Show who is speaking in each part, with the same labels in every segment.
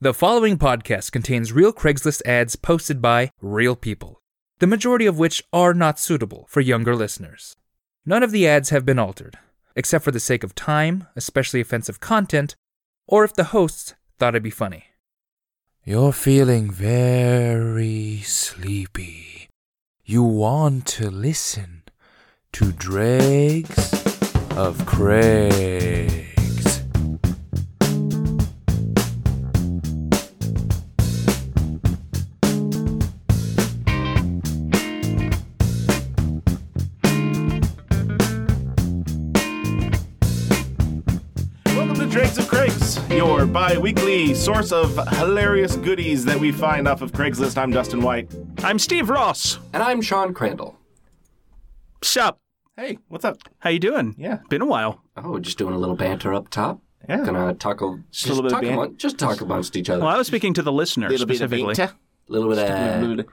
Speaker 1: The following podcast contains real Craigslist ads posted by real people, the majority of which are not suitable for younger listeners. None of the ads have been altered, except for the sake of time, especially offensive content, or if the hosts thought it'd be funny. You're feeling very sleepy. You want to listen to Dregs of Craigs.
Speaker 2: Welcome to Dregs of Craigs, your bi weekly source of hilarious goodies that we find off of Craigslist. I'm Dustin White.
Speaker 3: I'm Steve Ross.
Speaker 4: And I'm Sean Crandall.
Speaker 3: Sup?
Speaker 2: Hey, what's up?
Speaker 3: How you doing?
Speaker 2: Yeah.
Speaker 3: Been a while.
Speaker 4: Oh, just doing a little banter up top.
Speaker 2: Yeah.
Speaker 4: Gonna talk a, just
Speaker 2: little bit of
Speaker 4: talk
Speaker 2: ban-
Speaker 4: among- just talk amongst each other.
Speaker 3: Well,
Speaker 4: A
Speaker 3: I was speaking to the listener specifically.
Speaker 4: little bit of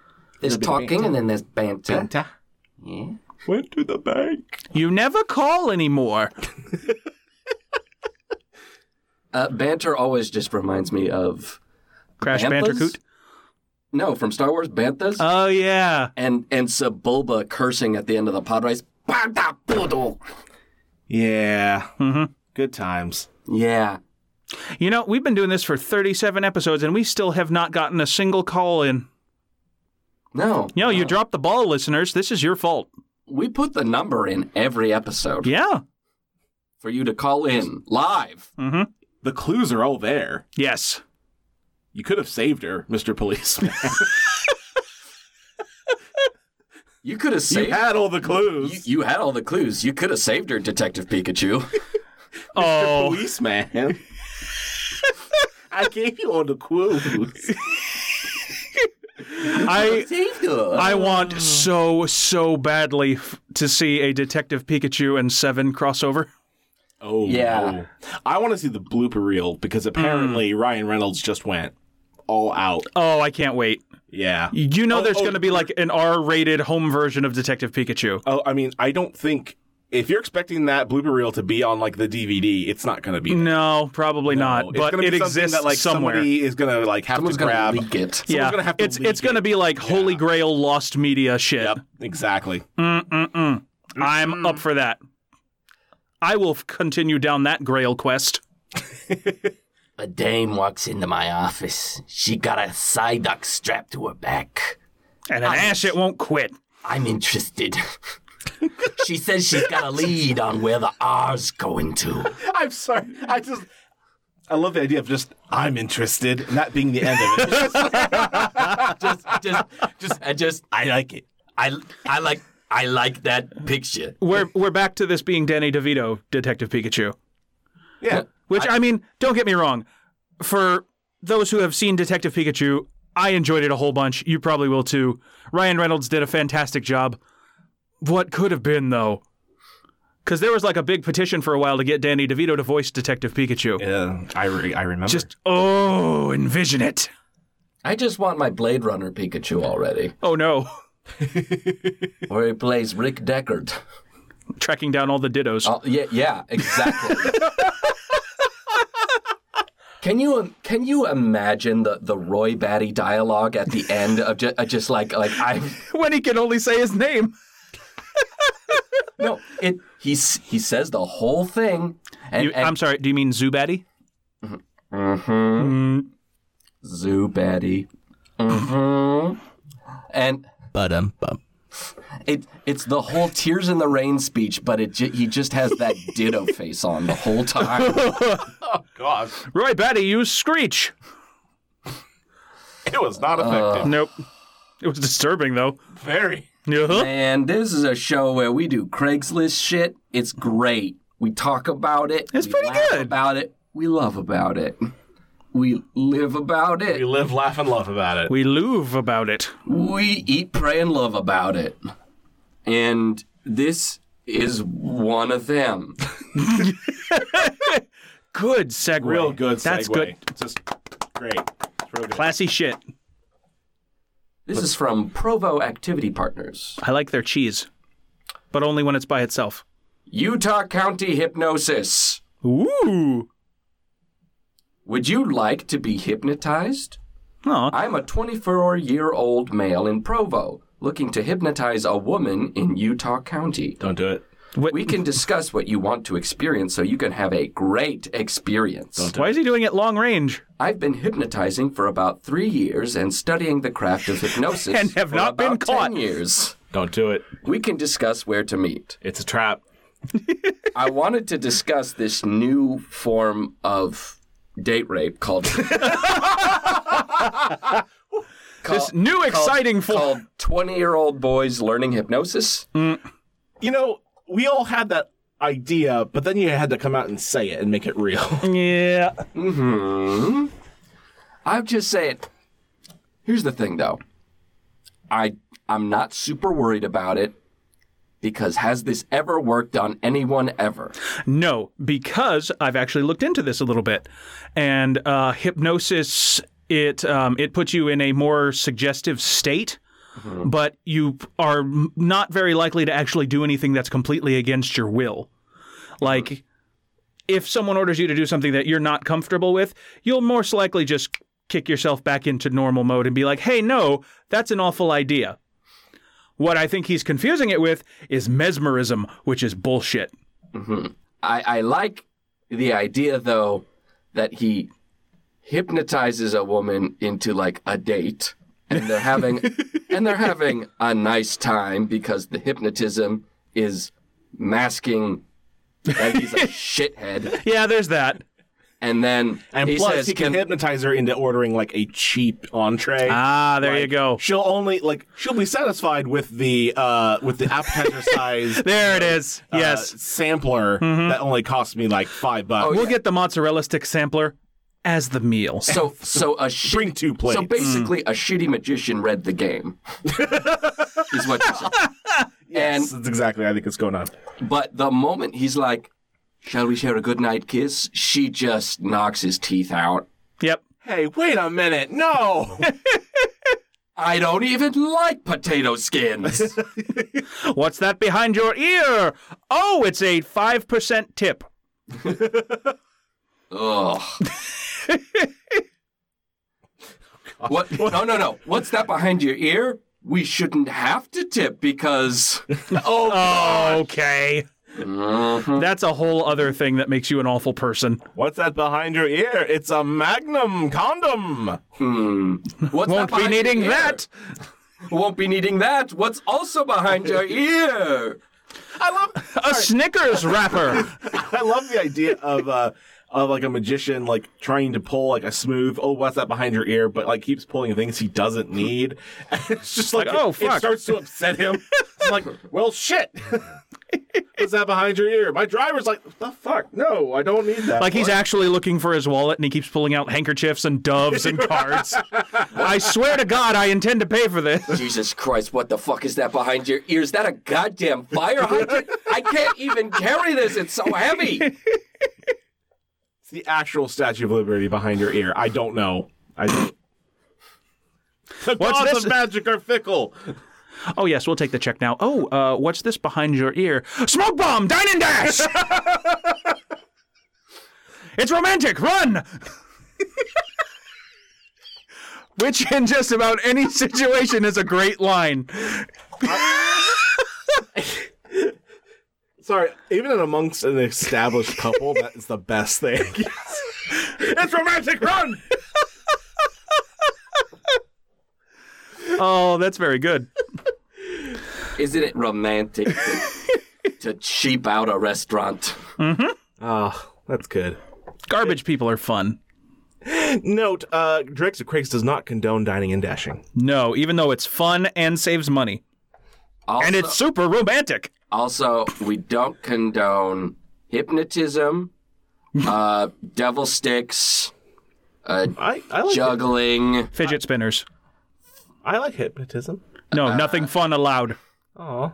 Speaker 2: bit
Speaker 4: there's
Speaker 2: of
Speaker 4: talking and then there's banter. Yeah.
Speaker 2: Went to the bank.
Speaker 3: you never call anymore.
Speaker 4: Uh, banter always just reminds me of
Speaker 3: Crash
Speaker 4: Banthas?
Speaker 3: Bandicoot.
Speaker 4: no from Star Wars Banthas
Speaker 3: Oh yeah.
Speaker 4: and and Sebulba cursing at the end of the pod race. Banta Budu.
Speaker 2: Yeah. Good times.
Speaker 4: Yeah.
Speaker 3: You know, we've been doing this for 37 episodes and we still have not gotten a single call in.
Speaker 4: No. Uh,
Speaker 3: You
Speaker 2: Oh.
Speaker 3: know, you dropped the ball, listeners. This is your fault.
Speaker 4: We put the number in every episode
Speaker 3: Yeah.
Speaker 4: for you to call in live.
Speaker 2: The clues are all there.
Speaker 3: Yes.
Speaker 2: You could have saved her, Mr. Policeman.
Speaker 4: You could
Speaker 2: you
Speaker 4: have saved.
Speaker 2: had all the
Speaker 4: you,
Speaker 2: clues.
Speaker 4: you had all the clues. You could have saved her, Detective Pikachu.
Speaker 3: Oh.
Speaker 2: Policeman. I gave you all the clues.
Speaker 3: I
Speaker 4: saved her.
Speaker 3: I want so so badly f- to see a Detective Pikachu and 7 crossover.
Speaker 2: Oh,
Speaker 4: Yeah.
Speaker 2: no. I want to see the blooper reel because apparently Ryan Reynolds just went all out.
Speaker 3: Oh, I can't wait.
Speaker 2: Yeah.
Speaker 3: You know
Speaker 2: Oh,
Speaker 3: there's
Speaker 2: oh,
Speaker 3: going to be like an R-rated home version of Detective Pikachu.
Speaker 2: Oh, I mean, I don't think if you're expecting that blooper reel to be on like the DVD, it's not going to be. there.
Speaker 3: No, probably not.
Speaker 2: It's
Speaker 3: But
Speaker 2: gonna be
Speaker 3: it
Speaker 2: something
Speaker 3: exists
Speaker 2: that like
Speaker 3: somewhere.
Speaker 2: somebody is going to like have
Speaker 4: Someone's
Speaker 2: to
Speaker 4: gonna
Speaker 2: grab.
Speaker 4: leak it.
Speaker 2: Someone's
Speaker 3: yeah,
Speaker 2: gonna have to
Speaker 3: it's
Speaker 2: leak
Speaker 3: it's gonna be like Holy Grail lost media shit.
Speaker 2: Yep, exactly.
Speaker 3: Mm-mm-mm. I'm up for that. I will f- continue down that Grail quest.
Speaker 4: A dame walks into my office. She got a Psyduck strapped to her back.
Speaker 3: And an ass it won't quit.
Speaker 4: I'm interested. she says she's got a lead on where the R's going to.
Speaker 2: I'm sorry. I just. I love the idea of just I'm interested, and that being the end of it. Just-
Speaker 4: Just, just, just, I just, I like it. I, I like, I like that picture.
Speaker 3: We're we're back to this being Danny DeVito, Detective Pikachu.
Speaker 2: yeah,
Speaker 3: Which I, mean, don't get me wrong. For those who have seen Detective Pikachu, I enjoyed it a whole bunch. You probably will too. Ryan Reynolds did a fantastic job. What could have been though? Because there was like a big petition for a while to get Danny DeVito to voice Detective Pikachu.
Speaker 2: yeah. I re- I remember.
Speaker 3: Just oh, envision it.
Speaker 4: I just want my Blade Runner Pikachu already,
Speaker 3: Oh no,
Speaker 4: where he plays Rick Deckard.
Speaker 3: tracking down all the dittos.
Speaker 4: Oh, yeah, yeah, exactly. Can you can you imagine the, the Roy Batty dialogue at the end of just, just like like I'm
Speaker 3: When he can only say his name.
Speaker 4: No, it he s- he says the whole thing, and,
Speaker 3: You-
Speaker 4: and
Speaker 3: I'm sorry. Do you mean Zubatty?
Speaker 4: zoo baddie, Mhm. and
Speaker 5: But um, bum.
Speaker 4: it it's the whole tears in the rain speech, but it ju- he just has that ditto face on the whole time.
Speaker 2: God,
Speaker 3: Roy Batty used Screech.
Speaker 2: it was not effective.
Speaker 3: Nope. It was disturbing though. Uh-huh.
Speaker 2: Very.
Speaker 3: Yeah.
Speaker 4: and this is a show where we do Craigslist shit. It's great. We talk about it.
Speaker 3: It's
Speaker 4: we
Speaker 3: pretty
Speaker 4: laugh
Speaker 3: good.
Speaker 4: About it, we love about it. We live about
Speaker 2: We
Speaker 4: it.
Speaker 2: live, laugh, and love about it.
Speaker 3: We louvre about it.
Speaker 4: We eat, pray, and love about it. And this is one of them.
Speaker 3: Good segue.
Speaker 2: Real good.
Speaker 3: That's
Speaker 2: segue.
Speaker 3: good.
Speaker 2: Just great. It's real good.
Speaker 3: Classy shit.
Speaker 4: This is from Provo Activity Partners.
Speaker 3: I like their cheese, but only when it's by itself.
Speaker 4: Utah County Hypnosis.
Speaker 3: Ooh.
Speaker 4: Would you like to be hypnotized?
Speaker 3: Aw.
Speaker 4: I'm a 24 year old male in Provo looking to hypnotize a woman in Utah County.
Speaker 2: Don't do it.
Speaker 3: Wait,
Speaker 4: We can discuss what you want to experience so you can have a great experience.
Speaker 3: why is he doing it long range?
Speaker 4: I've been hypnotizing for about three years and studying the craft of hypnosis
Speaker 3: And have
Speaker 4: for
Speaker 3: not been
Speaker 4: about 10
Speaker 3: caught.
Speaker 4: years.
Speaker 2: Don't do it.
Speaker 4: We can discuss where to meet.
Speaker 2: It's a trap.
Speaker 4: I wanted to discuss this new form of date rape called.
Speaker 3: This new exciting form.
Speaker 4: called 20 year old boys learning hypnosis.
Speaker 2: You know, we all had that idea, but then you had to come out and say it and make it real.
Speaker 3: Yeah.
Speaker 4: I'm just saying. Here's the thing, though. I I'm not super worried about it because has this ever worked on anyone ever?
Speaker 3: No, because I've actually looked into this a little bit, and uh, hypnosis it um, it puts you in a more suggestive state, but you are m- not very likely to actually do anything that's completely against your will. Like, if someone orders you to do something that you're not comfortable with, you'll most likely just kick yourself back into normal mode and be like, "Hey, no, that's an awful idea." What I think he's confusing it with is mesmerism, which is bullshit.
Speaker 4: I, I like the idea though that he hypnotizes a woman into like a date and they're having and they're having a nice time because the hypnotism is masking that he's a shithead
Speaker 3: Yeah, there's that.
Speaker 4: and then
Speaker 2: And
Speaker 4: he
Speaker 2: plus,
Speaker 4: says
Speaker 2: he can,
Speaker 4: "Can-
Speaker 2: hypnotize her into ordering like a cheap entree.
Speaker 3: Ah, there
Speaker 2: Like,
Speaker 3: you go.
Speaker 2: She'll only like she'll be satisfied with the uh with the appetizer size.
Speaker 3: There it is.
Speaker 2: uh,
Speaker 3: Yes.
Speaker 2: sampler that only cost me like five
Speaker 4: oh,
Speaker 2: bucks.
Speaker 3: we'll get the mozzarella stick sampler as the meal.
Speaker 4: So, so a shitty,
Speaker 2: Bring two plates. Mm.
Speaker 4: So basically, a shitty magician read the game. is what you said.
Speaker 2: Yes, that's exactly. I think it's going on.
Speaker 4: And but the moment he's like, "Shall we share a good night kiss?" She just knocks his teeth out.
Speaker 3: Yep.
Speaker 2: Hey, wait a minute! No,
Speaker 4: I don't even like potato skins.
Speaker 3: What's that behind your ear? Oh, it's a 5% tip.
Speaker 4: Ugh.
Speaker 2: Oh,
Speaker 4: what? No, no, no. What's that behind your ear? We shouldn't have to tip because
Speaker 3: Okay.
Speaker 4: Mm-hmm.
Speaker 3: That's a whole other thing that makes you an awful person.
Speaker 2: what's that behind your ear? It's a Magnum condom.
Speaker 4: what's
Speaker 3: Won't be
Speaker 4: that behind your
Speaker 3: needing
Speaker 4: ear?
Speaker 3: that.
Speaker 4: Won't be needing that. What's also behind your ear?
Speaker 2: I love,
Speaker 3: A Snickers wrapper.
Speaker 2: I love the idea of uh of like a magician like trying to pull like a smooth. Oh, what's that behind your ear? But like keeps pulling things he doesn't need. And it's just like,
Speaker 3: Like, oh,
Speaker 2: it-
Speaker 3: fuck.
Speaker 2: it starts to upset him. It's like, well, shit. What's that behind your ear? My driver's like, the fuck? No, I don't need that.
Speaker 3: Like he's
Speaker 2: one."
Speaker 3: actually looking for his wallet and he keeps pulling out handkerchiefs and doves and cards. I swear to God, I intend to pay for this.
Speaker 4: Jesus Christ, what the fuck is that behind your ear? Is that a goddamn fire hydrant? I can't even carry this. It's so heavy.
Speaker 2: It's the actual Statue of Liberty behind your ear. I don't know. I don't. The
Speaker 3: What's
Speaker 2: gods
Speaker 3: this?
Speaker 2: of magic are fickle.
Speaker 3: Oh yes, we'll take the check now. Oh, uh, what's this behind your ear? Smoke bomb, dine and dash. it's romantic. Run. Which in just about any situation is a great line.
Speaker 2: Sorry, even in amongst an established couple, that is the best thing. it's romantic. Run.
Speaker 3: Oh, that's very good.
Speaker 4: Isn't it romantic to, to cheap out a restaurant?
Speaker 2: Oh, that's good.
Speaker 3: Garbage people are fun.
Speaker 2: Note: uh, Drake's and Craig's does not condone dining and dashing.
Speaker 3: No, even though it's fun and saves money.
Speaker 4: Also,
Speaker 3: And it's super romantic.
Speaker 4: also we don't condone hypnotism, uh, devil sticks, uh,
Speaker 2: I, I like hip-
Speaker 4: juggling.
Speaker 3: Fidget spinners.
Speaker 2: I like hypnotism.
Speaker 3: No, nothing fun allowed.
Speaker 2: Oh,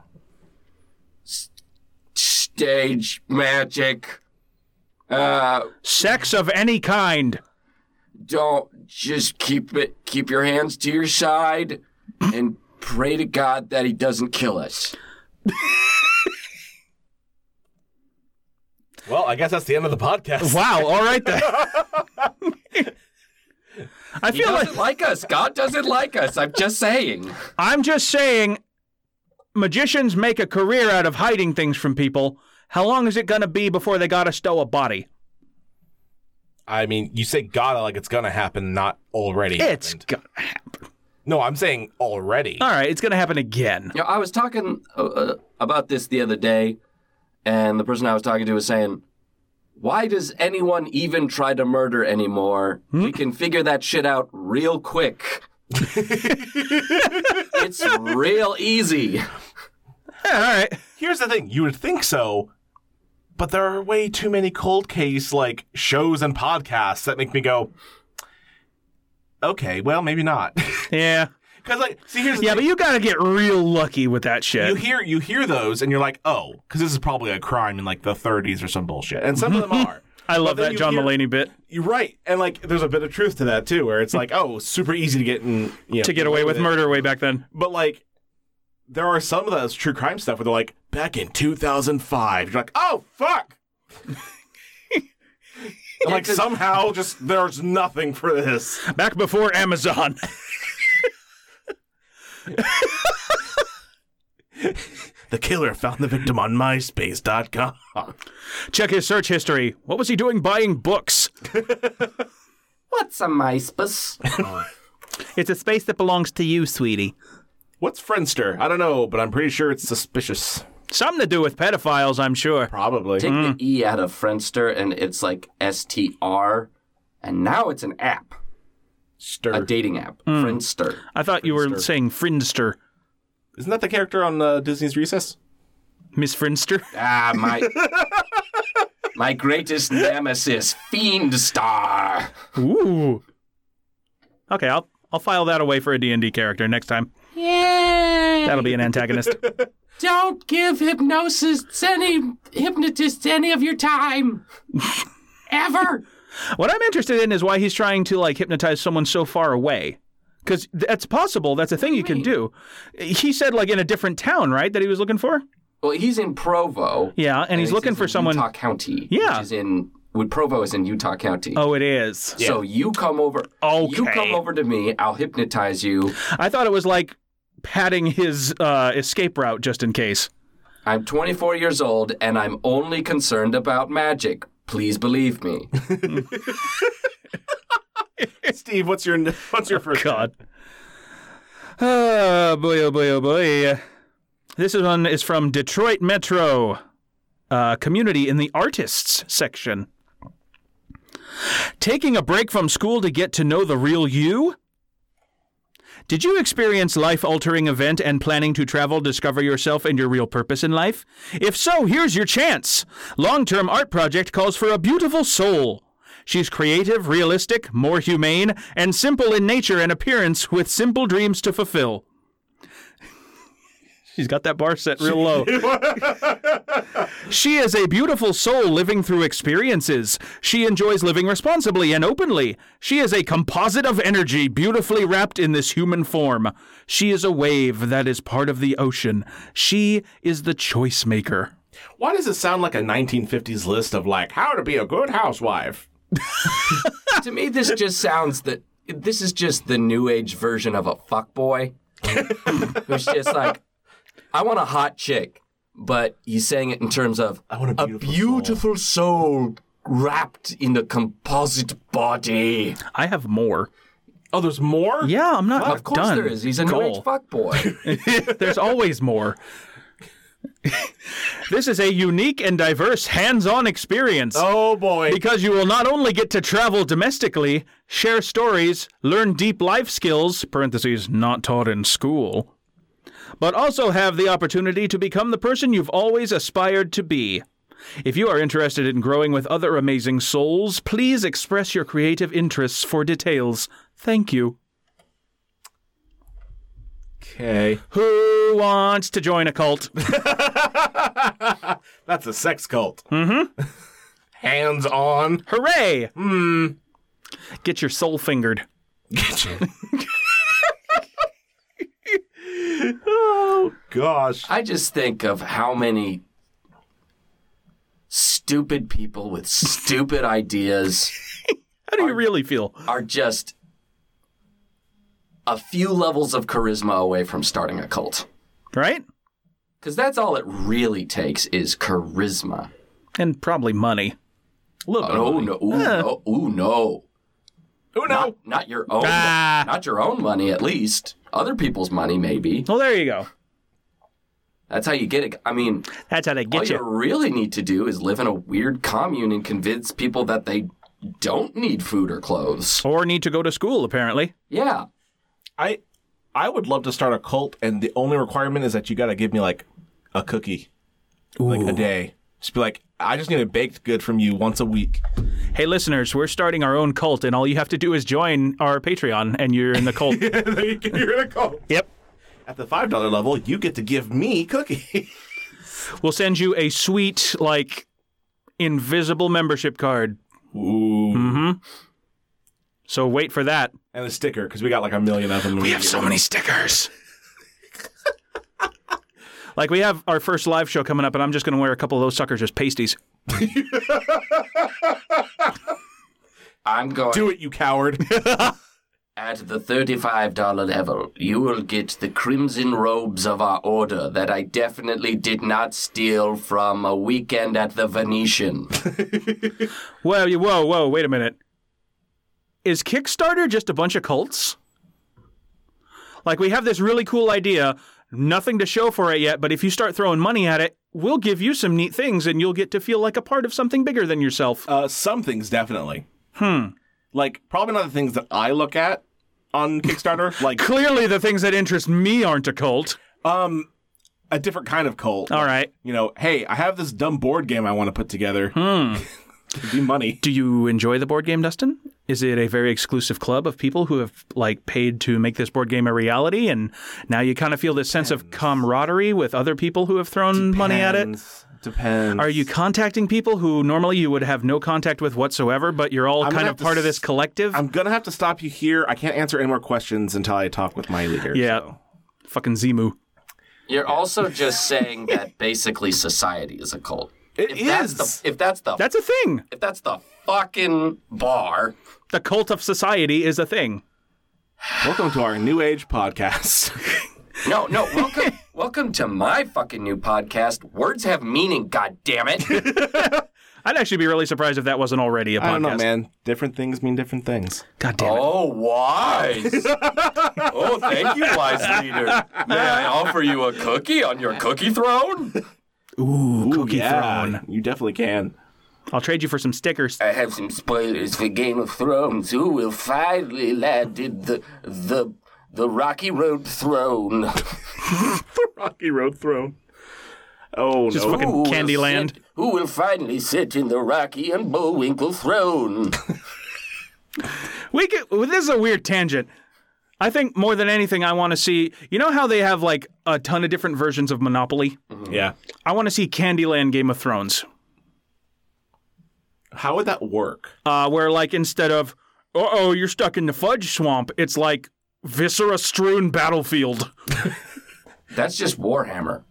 Speaker 4: stage magic. Uh,
Speaker 3: Sex of any kind.
Speaker 4: don't just keep it. Keep your hands to your side, and pray to God that he doesn't kill us.
Speaker 2: well, I guess that's the end of the podcast.
Speaker 3: Wow, all right then. I
Speaker 4: He
Speaker 3: feel like
Speaker 4: doesn't like us. God doesn't like us. I'm just saying.
Speaker 3: I'm just saying, magicians make a career out of hiding things from people. How long is it gonna be before they gotta stow a body?
Speaker 2: I mean, you say gotta like it's gonna happen, not already.
Speaker 3: It's
Speaker 2: happened.
Speaker 3: gonna happen.
Speaker 2: no, I'm saying already.
Speaker 3: All right, it's gonna happen again.
Speaker 4: You know, I was talking uh, uh, about this the other day, and the person I was talking to was saying, "Why does anyone even try to murder anymore? We can figure that shit out real quick. it's real easy."
Speaker 3: Yeah, all right.
Speaker 2: Here's the thing: you would think so, but there are way too many cold case like shows and podcasts that make me go, okay, well, maybe not.
Speaker 3: Yeah.
Speaker 2: Because like, see, here's the
Speaker 3: Yeah,
Speaker 2: thing.
Speaker 3: but you gotta get real lucky with that shit.
Speaker 2: you hear you hear those and you're like, oh, because this is probably a crime in like the 30s or some bullshit, and some of them are.
Speaker 3: Mm-hmm. I love
Speaker 2: But then
Speaker 3: that
Speaker 2: you
Speaker 3: John
Speaker 2: hear-
Speaker 3: Mulaney bit.
Speaker 2: You're right, and like, there's a bit of truth to that too, where it's like, oh, super easy to get in, you know,
Speaker 3: To get away with
Speaker 2: it.
Speaker 3: murder way back then.
Speaker 2: But like, there are some of those true crime stuff where they're like, back in 2005, you're like, oh fuck. And, like
Speaker 4: Yeah, 'cause-
Speaker 2: somehow, just there's nothing for this.
Speaker 3: Back before Amazon.
Speaker 2: The killer found the victim on MySpace.com.
Speaker 3: Check his search history. What was he doing buying books?
Speaker 4: What's a MySpace?
Speaker 3: It's a space that belongs to you, sweetie.
Speaker 2: What's Friendster? I don't know, but I'm pretty sure it's suspicious.
Speaker 3: Something to do with pedophiles, I'm sure.
Speaker 2: Probably.
Speaker 4: Take
Speaker 3: Mm.
Speaker 4: the E out of Friendster, and it's like S T R, and now it's an app, a
Speaker 2: Stir.
Speaker 4: dating app,
Speaker 3: Mm.
Speaker 4: Friendster.
Speaker 3: I thought you were saying Friendster.
Speaker 2: Isn't that the character on uh, Disney's Recess?
Speaker 3: Miss Friendster?
Speaker 4: Ah, my my greatest nemesis, Fiendstar.
Speaker 3: Ooh. Okay, I'll I'll file that away for a D&D character next time.
Speaker 4: Yeah.
Speaker 3: That'll be an antagonist.
Speaker 4: Don't give hypnosis any hypnotists any of your time. Ever.
Speaker 3: what I'm interested in is why he's trying to like hypnotize someone so far away. Cuz that's possible. That's a thing you can do. He said like in a different town, right? That he was looking for?
Speaker 4: Well, he's in Provo.
Speaker 3: Yeah, and, he's looking
Speaker 4: in
Speaker 3: for someone
Speaker 4: Utah County.
Speaker 3: Yeah.
Speaker 4: Which is in well, Provo is in Utah County.
Speaker 3: Oh, it is.
Speaker 4: So you come over. You
Speaker 3: Okay.
Speaker 4: come over to me. I'll hypnotize you.
Speaker 3: I thought it was like padding his uh, escape route just in case.
Speaker 4: I'm 24 years old, and I'm only concerned about magic. Please believe me.
Speaker 2: Steve, what's your what's your first?
Speaker 3: God. Oh boy, oh boy, oh boy. This is one is from Detroit Metro uh, community in the artists section. Taking a break from school to get to know the real you? Did you experience life altering event and planning to travel, discover yourself and your real purpose in life? If so, here's your chance. Long term art project calls for a beautiful soul. She's creative, realistic, more humane, and simple in nature and appearance with simple dreams to fulfill. She's got that bar set real low. She is a beautiful soul living through experiences. She enjoys living responsibly and openly. She is a composite of energy beautifully wrapped in this human form. She is a wave that is part of the ocean. She is the choice maker.
Speaker 2: Why does it sound like a 1950s list of like how to be a good housewife?
Speaker 4: to me, this just sounds that this is just the new age version of a fuckboy. Who's just like, I want a hot chick, but he's saying it in terms of I
Speaker 2: want a beautiful
Speaker 4: beautiful soul. wrapped in a composite body.
Speaker 3: I have more.
Speaker 2: Oh, there's more.
Speaker 3: Yeah, I'm not
Speaker 4: of course
Speaker 3: done.
Speaker 4: there is. He's a new
Speaker 3: Goal.
Speaker 4: age fuckboy.
Speaker 3: There's always more. this is a unique and diverse hands-on experience.
Speaker 2: Oh boy.
Speaker 3: Because you will not only get to travel domestically, share stories, learn deep life skills, parentheses, not taught in school, but also have the opportunity to become the person you've always aspired to be. If you are interested in growing with other amazing souls, please express your creative interests for details. Thank you.
Speaker 2: Okay.
Speaker 3: Who wants to join a cult?
Speaker 2: That's a sex cult. Mm-hmm. Hands on.
Speaker 3: Hooray! Get your soul fingered.
Speaker 2: oh gosh.
Speaker 4: I just think of how many stupid people with stupid ideas
Speaker 3: How do you really feel?
Speaker 4: are just a few levels of charisma away from starting a cult.
Speaker 3: Right?
Speaker 4: Because that's all it really takes is charisma.
Speaker 3: And probably money.
Speaker 5: A little bit.
Speaker 4: Oh no! Ooh, no! Ooh, no!
Speaker 5: Oh, no.
Speaker 4: Not, not your own.
Speaker 3: Ah.
Speaker 4: Not your own money, at least. Other people's money, maybe.
Speaker 3: Well, there you go.
Speaker 4: That's how you get it. I mean,
Speaker 3: That's how they
Speaker 4: all
Speaker 3: get
Speaker 4: you
Speaker 3: you.
Speaker 4: really need to do is live in a weird commune and convince people that they don't need food or clothes.
Speaker 3: Or need to go to school, apparently.
Speaker 4: Yeah.
Speaker 5: I
Speaker 2: I would love to start a cult, and the only requirement is that you got to give me like a cookie, like a day. Just be like, I just need a baked good from you once a week.
Speaker 3: Hey, listeners, we're starting our own cult, and all you have to do is join our Patreon, and you're in the cult.
Speaker 2: There you go, You're in a cult.
Speaker 3: yep.
Speaker 2: At the five dollar level, you get to give me cookies.
Speaker 3: We'll send you a sweet, like, invisible membership card.
Speaker 2: Ooh,
Speaker 3: So wait for that.
Speaker 2: Mm. and a sticker because we got like a million of them. We
Speaker 3: stickers. like, we have our first live show coming up, and I'm just going to wear a couple of those suckers as pasties.
Speaker 4: I'm going
Speaker 2: Do it, you coward.
Speaker 4: At the $35 level, you will get the crimson robes of our order that I definitely did not steal from a weekend at the Venetian.
Speaker 3: Whoa, you- whoa, whoa, wait a minute. Is Kickstarter just a bunch of cults? Like, we have this really cool idea, nothing to show for it yet, but if you start throwing money at it, we'll give you some neat things and you'll get to feel like a part of something bigger than yourself.
Speaker 2: Uh, some things definitely. Hmm. Like probably not the things that I look at on Kickstarter. like
Speaker 3: Clearly, the things that interest me aren't a cult.
Speaker 2: um, a different kind of cult.
Speaker 3: All right.
Speaker 2: You know, hey, I have this dumb board game I want to put together. Hmm. It'd be money.
Speaker 3: Do you enjoy the board game, Dustin? Is it a very exclusive club of people who have like paid to make this board game a reality, and now you kind of feel this sense of camaraderie with other people who have thrown money at it?
Speaker 2: Depends. Depends.
Speaker 3: Are you contacting people who normally you would have no contact with whatsoever, but you're all
Speaker 2: I'm gonna
Speaker 3: kind
Speaker 2: have
Speaker 3: of
Speaker 2: to
Speaker 3: part of this
Speaker 2: s-
Speaker 3: collective?
Speaker 2: I'm gonna have to stop you here. I can't answer any more questions until I talk with my leader.
Speaker 3: yeah.
Speaker 2: so.
Speaker 3: Fucking Zemu.
Speaker 4: You're also just saying that basically society is a cult.
Speaker 2: It
Speaker 4: if That's
Speaker 2: is.
Speaker 4: the, if that's the
Speaker 3: That's a thing.
Speaker 4: if that's the fucking bar,
Speaker 3: The cult of society is a thing.
Speaker 2: Welcome to our new age podcast.
Speaker 4: no, no, welcome, welcome to my fucking new podcast. Words have meaning, god damn it.
Speaker 3: I'd actually be really surprised if that wasn't already a podcast.
Speaker 2: I don't know, man. Different things mean different things.
Speaker 3: God damn it.
Speaker 4: Oh, wise. oh, thank you, wise leader. May I offer you a cookie on your cookie throne?
Speaker 2: Ooh,
Speaker 3: cookie
Speaker 2: yeah,
Speaker 3: throne.
Speaker 2: You definitely can.
Speaker 3: I'll trade you for some stickers.
Speaker 4: I have some spoilers for Game of Thrones. Who will finally landed the the the Rocky Road throne?
Speaker 2: Rocky Road Throne. Oh
Speaker 3: Just
Speaker 2: no!
Speaker 3: fucking
Speaker 4: Who will
Speaker 3: Candyland.
Speaker 4: sit- who will finally sit in the Rocky and Bullwinkle throne?
Speaker 3: We could, well, this is a weird tangent. I think more than anything, I want to see. You know how they have like a ton of different versions of Monopoly.
Speaker 2: yeah.
Speaker 3: I want to see Candyland Game of Thrones,
Speaker 2: How would that work?
Speaker 3: uh, where like instead of "uh oh, you're stuck in the fudge swamp," it's like viscera strewn battlefield.
Speaker 4: That's just Warhammer.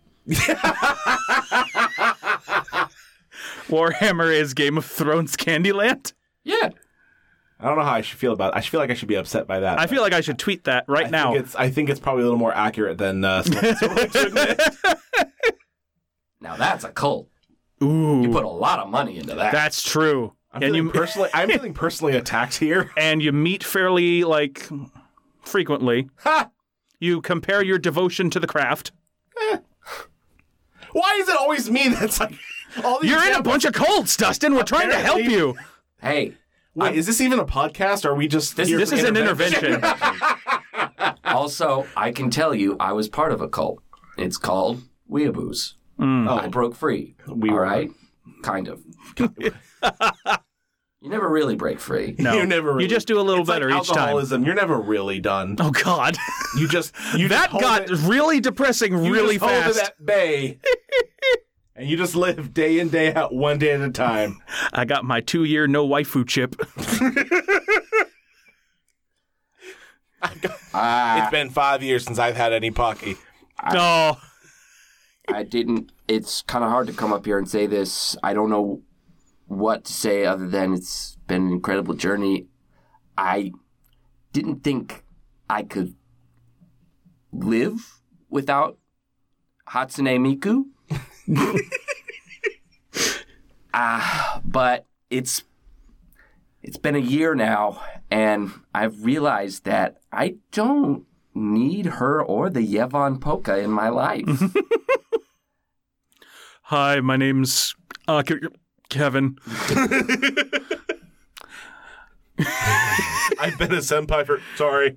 Speaker 3: Warhammer is Game of Thrones Candyland.
Speaker 4: Yeah.
Speaker 2: I don't know how I should feel about. it. I should feel like I should be upset by that.
Speaker 3: I feel like I should tweet that right
Speaker 2: I
Speaker 3: now.
Speaker 2: Think it's, I think it's probably a little more accurate than. Uh, Sylvan.
Speaker 4: Now that's a cult. You
Speaker 3: Ooh,
Speaker 4: put a lot of money into that.
Speaker 3: that's true.
Speaker 2: I'm
Speaker 3: and
Speaker 2: feeling
Speaker 3: you
Speaker 2: personally, I'm feeling personally attacked here.
Speaker 3: and you meet fairly like frequently.
Speaker 2: Ha!
Speaker 3: You compare your devotion to the craft.
Speaker 2: Why is it always me that's like all these?
Speaker 3: You're in a
Speaker 2: examples-
Speaker 3: bunch of cults, Dustin. We're trying to help
Speaker 2: Apparently.
Speaker 3: you.
Speaker 4: hey,
Speaker 2: Wait, is this even a podcast? Or are we just
Speaker 4: This-
Speaker 2: here
Speaker 3: This
Speaker 2: for
Speaker 3: is an
Speaker 2: internet?
Speaker 3: intervention.
Speaker 4: also, I can tell you I was part of a cult. It's called Weeaboos.
Speaker 2: Oh,
Speaker 4: I broke free.
Speaker 2: We
Speaker 4: all
Speaker 2: were.
Speaker 4: right? Kind of. you never really break free.
Speaker 3: No.
Speaker 2: You never. Really,
Speaker 3: You just do a little
Speaker 2: it's
Speaker 3: better
Speaker 2: like
Speaker 3: each time.
Speaker 2: Alcoholism. You're never really done.
Speaker 3: Oh God,
Speaker 2: You just you just
Speaker 3: that
Speaker 2: hold
Speaker 3: got
Speaker 2: it-
Speaker 3: really depressing
Speaker 2: you
Speaker 3: really
Speaker 2: just hold
Speaker 3: fast.
Speaker 2: it at bay, and you just live day in day out, one day at a time.
Speaker 3: I got my two-year no waifu chip.
Speaker 4: Ah,
Speaker 5: It's been five years since I've had any Pocky.
Speaker 3: oh,
Speaker 4: I didn't. It's kind of hard to come up here and say this. I don't know what to say other than it's been an incredible journey. I didn't think I could live without Hatsune Miku. Ah, but it's it's been a year now and I've realized that I don't need her or the Yevon Polka in my life.
Speaker 3: Hi, my name's uh, Ke- Kevin.
Speaker 5: I've been a senpai for. Sorry.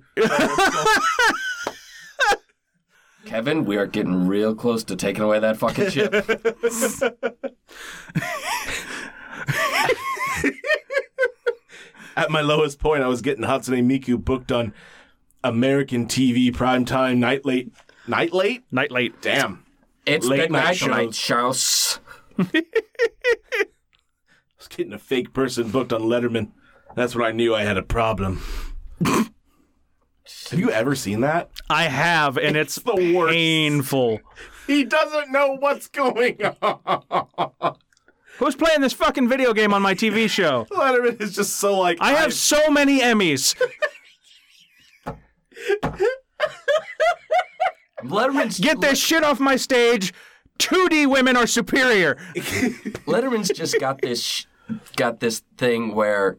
Speaker 4: Kevin, we are getting real close to taking away that fucking chip.
Speaker 2: At my lowest point, I was getting Hatsune Miku booked on American TV primetime night late. Night late?
Speaker 3: Night late.
Speaker 2: Damn.
Speaker 4: It's
Speaker 2: Late
Speaker 4: been
Speaker 2: night
Speaker 4: night tonight, Charles.
Speaker 2: I was getting a fake person booked on Letterman. That's when I knew I had a problem. Have you ever seen that?
Speaker 3: I have, and it's,
Speaker 2: the worst.
Speaker 3: painful.
Speaker 2: He doesn't know what's going on.
Speaker 3: Who's playing this fucking video game on my TV show?
Speaker 2: Letterman is just so like
Speaker 3: I have so many Emmys.
Speaker 4: Letterman's
Speaker 3: Get this shit off my stage. 2D women are superior.
Speaker 4: Letterman's just got this sh- got this thing where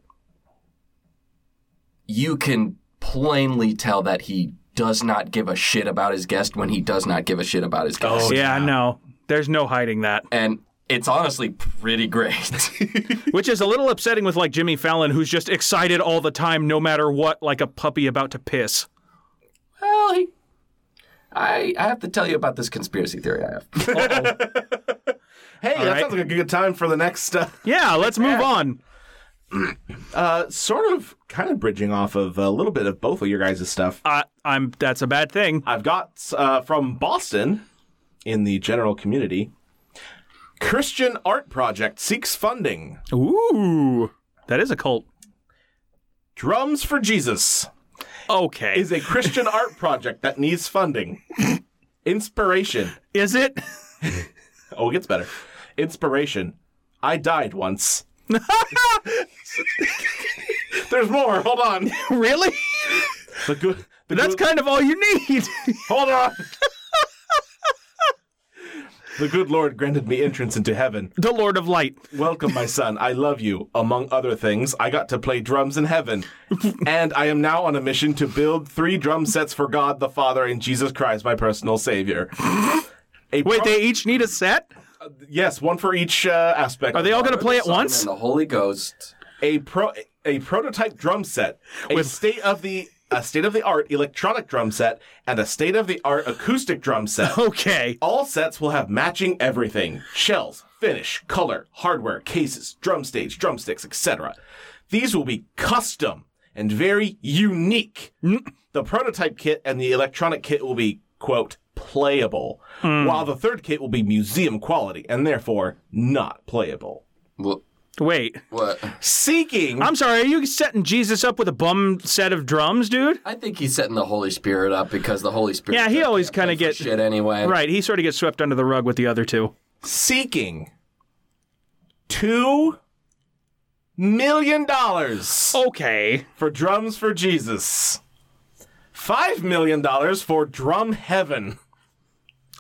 Speaker 4: you can plainly tell that he does not give a shit about his guest when he does not give a shit about his guest.
Speaker 3: Oh, yeah, no. There's no hiding that.
Speaker 4: And it's honestly pretty great.
Speaker 3: Which is a little upsetting with like Jimmy Fallon, who's just excited all the time, no matter what, like a puppy about to piss.
Speaker 4: well, he, I I have to tell you about this conspiracy theory I have.
Speaker 2: Hey, that
Speaker 3: right.
Speaker 2: sounds like a good time for the next uh,
Speaker 3: Yeah, let's move on.
Speaker 2: uh sort of kind of bridging off of a little bit of both of your guys' stuff.
Speaker 3: Uh, I'm. That's a bad thing.
Speaker 2: I've got uh, from Boston in the general community. Christian art project seeks funding.
Speaker 3: Ooh, that is a cult.
Speaker 2: Drums for Jesus
Speaker 3: Okay,
Speaker 2: is a Christian art project that needs funding. Inspiration.
Speaker 3: is it?
Speaker 2: Oh, it gets better. Inspiration. I died once. There's more. Hold on.
Speaker 3: really?
Speaker 2: The good. The
Speaker 3: That's
Speaker 2: good,
Speaker 3: kind of all you need.
Speaker 2: Hold on. the good Lord granted me entrance into heaven.
Speaker 3: the Lord of Light.
Speaker 2: Welcome, my son. I love you. Among other things, I got to play drums in heaven. and I am now on a mission to build three drum sets for God the Father and Jesus Christ, my personal savior. A
Speaker 3: Wait,
Speaker 2: pro-
Speaker 3: they each need a set?
Speaker 2: yes, one for each uh, aspect.
Speaker 3: Are they all going to play at
Speaker 4: Son
Speaker 3: once?
Speaker 4: And the Holy Ghost.
Speaker 2: a pro a prototype drum set, a
Speaker 3: With-
Speaker 2: state of the a state of the art electronic drum set, and a state of the art acoustic drum set.
Speaker 3: Okay.
Speaker 2: All sets will have matching everything: shells, finish, color, hardware, cases, drum stage, drumsticks, etc. These will be custom and very unique. The prototype kit and the electronic kit will be quote playable, while the third kit will be museum quality and therefore not playable.
Speaker 4: Well,
Speaker 3: Wait.
Speaker 4: what?
Speaker 2: Seeking
Speaker 3: I'm sorry, are you setting Jesus up with a bum set of drums, dude?
Speaker 4: I think he's setting the Holy Spirit up because the Holy Spirit.
Speaker 3: Yeah, he
Speaker 4: can't
Speaker 3: always
Speaker 4: play
Speaker 3: kinda
Speaker 4: for
Speaker 3: get-
Speaker 4: shit anyway.
Speaker 3: Right, he sort of gets swept under the rug with the other two.
Speaker 2: seeking two million
Speaker 3: Oh,
Speaker 2: dollars
Speaker 3: Okay.
Speaker 2: for drums for Jesus, five million dollars for drum heaven.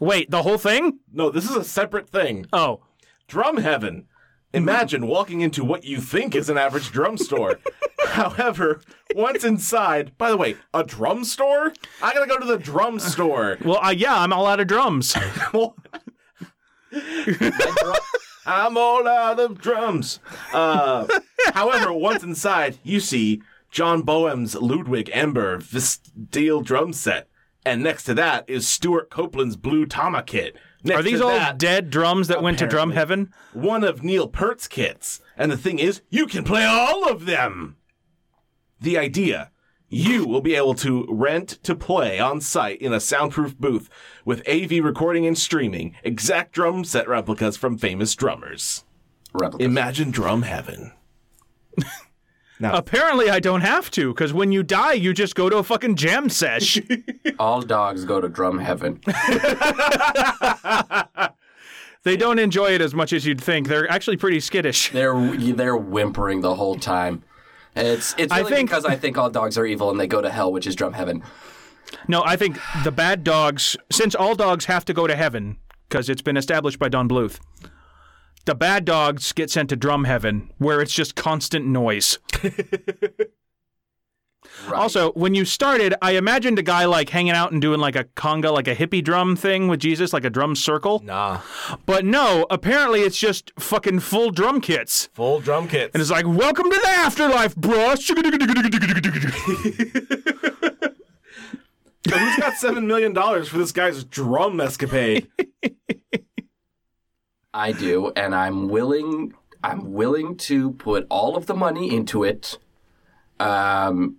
Speaker 3: Wait, the whole thing?
Speaker 2: No, this is a separate thing.
Speaker 3: Oh.
Speaker 2: Drum heaven. Imagine walking into what you think is an average drum store. However, once inside, by the way, a drum store? I gotta go to the drum store.
Speaker 3: Well, uh, yeah, I'm all out of drums.
Speaker 2: I'm all out of drums. Uh, however, once inside, you see John Boehm's Ludwig Ember Visteel drum set, and next to that is Stuart Copeland's Blue Tama kit. Next
Speaker 3: Are these
Speaker 2: to
Speaker 3: all
Speaker 2: that,
Speaker 3: dead drums that went to drum
Speaker 2: apparently.
Speaker 3: heaven?
Speaker 2: one of Neil Peart's kits. And the thing is, you can play all of them. The idea you will be able to rent to play on site in a soundproof booth with AV recording and streaming, exact drum set replicas from famous drummers.
Speaker 4: Replica.
Speaker 2: Imagine drum heaven.
Speaker 3: Apparently, I don't have to, because when you die, you just go to a fucking jam sesh.
Speaker 4: All dogs go to drum heaven.
Speaker 3: They don't enjoy it as much as you'd think. They're actually pretty skittish.
Speaker 4: They're they're whimpering the whole time. And It's it's
Speaker 3: I
Speaker 4: really
Speaker 3: think-
Speaker 4: because I think all dogs are evil and they go to hell, which is drum heaven.
Speaker 3: No, I think the bad dogs, since all dogs have to go to heaven, because it's been established by Don Bluth, the bad dogs get sent to drum heaven, where it's just constant noise.
Speaker 4: Right.
Speaker 3: Also, when you started, I imagined a guy like hanging out and doing like a conga, like a hippie drum thing with Jesus, like a drum circle.
Speaker 2: Nah,
Speaker 3: But no, apparently it's just fucking full drum kits.
Speaker 2: full drum kits.
Speaker 3: And it's like, welcome to the afterlife, bruh.
Speaker 2: So who's got seven million dollars for this guy's drum escapade?
Speaker 4: I do, and I'm willing. I'm willing to put all of the money into it, um,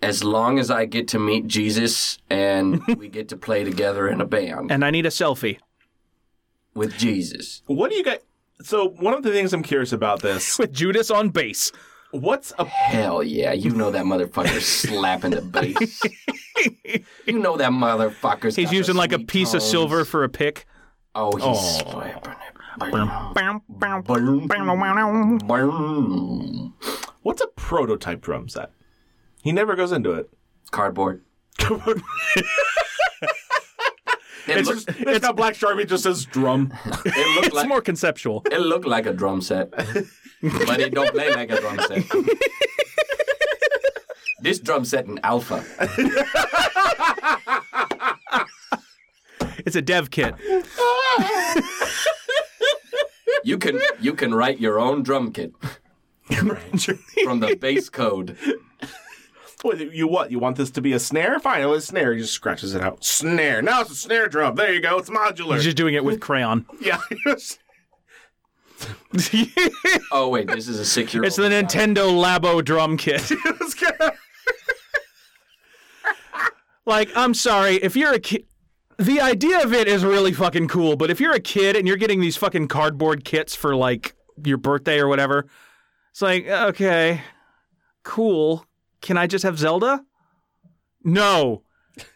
Speaker 4: as long as I get to meet Jesus and we get to play together in a band
Speaker 3: And I need a selfie.
Speaker 4: with Jesus.
Speaker 2: what do you guys? So one of the things I'm curious about this.
Speaker 3: with Judas on bass.
Speaker 2: What's a
Speaker 4: Hell yeah, you know that motherfucker's slapping the bass. you know that motherfucker's.
Speaker 3: He's
Speaker 4: got the
Speaker 3: using like a
Speaker 4: sweet
Speaker 3: piece of
Speaker 4: tones.
Speaker 3: silver for a pick.
Speaker 4: Oh, he's slapping it. Boom, boom.
Speaker 2: what's a prototype drum set? He never goes into it.
Speaker 4: Cardboard. It
Speaker 2: It's
Speaker 4: looked,
Speaker 2: just it's got black sharpie. It just says drum.
Speaker 4: it looked
Speaker 3: It's
Speaker 4: like
Speaker 3: more conceptual.
Speaker 4: It looked like a drum set, but it don't play like a drum set. this drum set in alpha.
Speaker 3: It's a dev kit.
Speaker 4: You can you can write your own drum kit from the base code.
Speaker 2: What, you what? You want this to be a snare? Fine, it was a snare. He just scratches it out. Snare. Now it's a snare drum. There you go. It's modular.
Speaker 3: He's just doing it with crayon.
Speaker 2: yeah.
Speaker 3: it's
Speaker 4: Oh wait, this is a six year old.
Speaker 3: the Nintendo Labo drum kit. Like, I'm sorry, if you're a kid. The idea of it is really fucking cool, but if you're a kid and you're getting these fucking cardboard kits for like your birthday or whatever, it's like, okay, cool. Can I just have Zelda? No.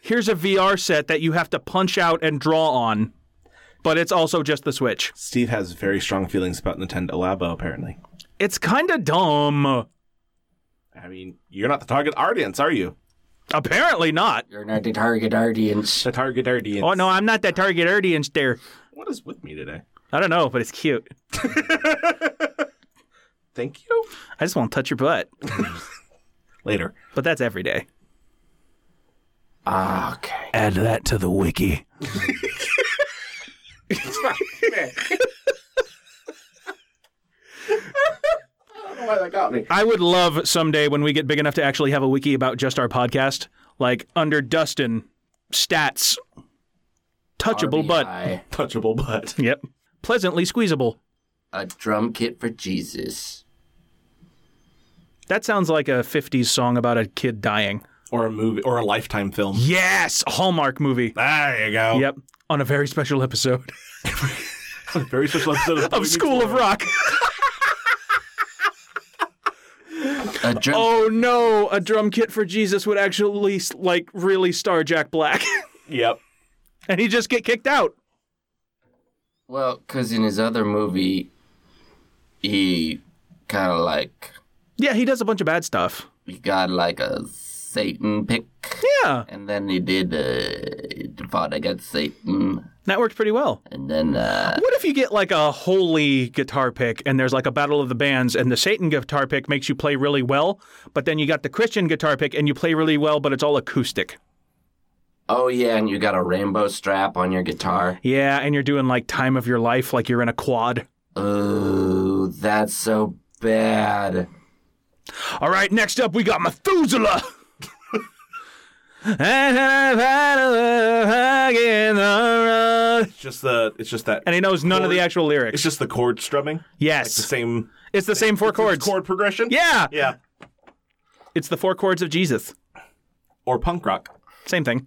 Speaker 3: Here's a VR set that you have to punch out and draw on, but it's also just the Switch.
Speaker 2: Steve has very strong feelings about Nintendo Labo. Apparently,
Speaker 3: It's kind of dumb.
Speaker 2: I mean, you're not the target audience, are you?
Speaker 3: Apparently not.
Speaker 4: You're not the target audience.
Speaker 2: The target audience.
Speaker 3: Oh, no, I'm not that target audience there.
Speaker 2: What is with me today?
Speaker 3: I don't know, but it's cute.
Speaker 2: Thank you.
Speaker 3: I just want to touch your butt,
Speaker 2: Later.
Speaker 3: but that's every day.
Speaker 4: Ah, okay.
Speaker 3: Add that to the wiki.
Speaker 2: Why that got me?
Speaker 3: I would love someday when we get big enough to actually have a wiki about just our podcast, like under Dustin stats, touchable butt.
Speaker 4: RBI,
Speaker 2: Touchable butt.
Speaker 3: Yep. Pleasantly squeezable.
Speaker 4: a drum kit for Jesus.
Speaker 3: That sounds like a 50s song about a kid dying.
Speaker 2: Or a movie. Or a lifetime film.
Speaker 3: Yes, a Hallmark movie.
Speaker 2: There you go.
Speaker 3: Yep, on a very special episode
Speaker 2: Very special episode of,
Speaker 3: of School of Rock.
Speaker 4: A drum.
Speaker 3: Oh no, a drum kit for Jesus would actually like really star Jack Black.
Speaker 2: Yep.
Speaker 3: and he just get kicked out.
Speaker 4: Well, because in his other movie, he kind of like
Speaker 3: Yeah, he does a bunch of bad stuff.
Speaker 4: he got like a Satan pick.
Speaker 3: Yeah,
Speaker 4: And then he did uh, fought against Satan,
Speaker 3: that worked pretty well.
Speaker 4: and then uh,
Speaker 3: What if you get like a holy guitar pick and there's like a battle of the bands and the Satan guitar pick makes you play really well, but then you got the Christian guitar pick and you play really well, but it's all acoustic.
Speaker 4: oh yeah, and you got a rainbow strap on your guitar.
Speaker 3: Yeah, and you're doing like time of your life, like you're in a quad.
Speaker 4: Ooh, that's so bad.
Speaker 3: All right, next up we got Methuselah. and
Speaker 2: Just the. It's just that.
Speaker 3: he knows none of the
Speaker 2: Chord.
Speaker 3: actual
Speaker 2: It's
Speaker 3: lyrics.
Speaker 2: just the chord strumming. It's the
Speaker 3: Yes,
Speaker 2: same
Speaker 3: it's the same four chords.
Speaker 2: chord progression.
Speaker 3: Yeah,
Speaker 2: Yeah.
Speaker 3: it's the four chords of Jesus.
Speaker 2: Or punk rock.
Speaker 3: Same thing.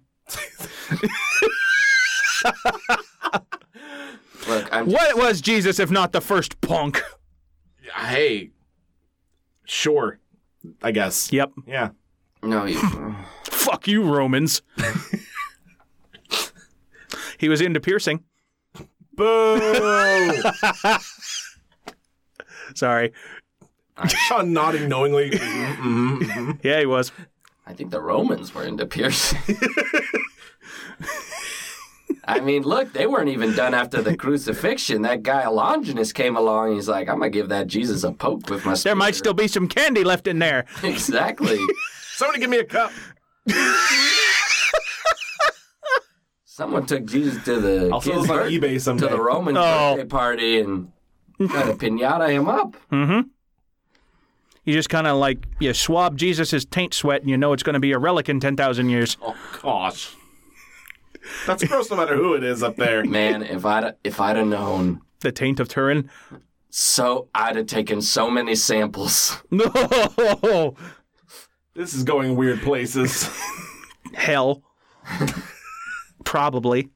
Speaker 4: Look, I'm
Speaker 3: What was Jesus if not the first punk?
Speaker 2: Hey. Sure. I guess.
Speaker 3: Yep.
Speaker 2: Yeah.
Speaker 4: no, you,
Speaker 3: Fuck you, Romans. he was into piercing.
Speaker 2: Boo!
Speaker 3: Sorry.
Speaker 2: Sean nodding knowingly.
Speaker 3: Yeah, he was.
Speaker 4: I think the Romans were into piercing. I mean, look, they weren't even done after the crucifixion. That guy Longinus came along and he's like, I'm going to give that Jesus a poke with my
Speaker 3: There might still be some candy left in there.
Speaker 4: Exactly.
Speaker 2: Somebody give me a cup.
Speaker 4: Someone took Jesus to the
Speaker 2: I'll sell
Speaker 4: kid's
Speaker 2: this on
Speaker 4: birth-
Speaker 2: eBay
Speaker 4: to
Speaker 2: someday.
Speaker 4: the Roman
Speaker 3: Oh.
Speaker 4: birthday party and tried to pinata him up.
Speaker 3: You just kind of like you swab Jesus' taint sweat, and you know it's going to be a relic in ten thousand years.
Speaker 2: oh gosh.
Speaker 5: That's gross no matter who it is up there.
Speaker 4: Man, if I'd if I'd have known,
Speaker 3: The taint of Turin.
Speaker 4: so I'd have taken so many samples.
Speaker 3: No
Speaker 2: This is going weird places.
Speaker 3: hell. Probably.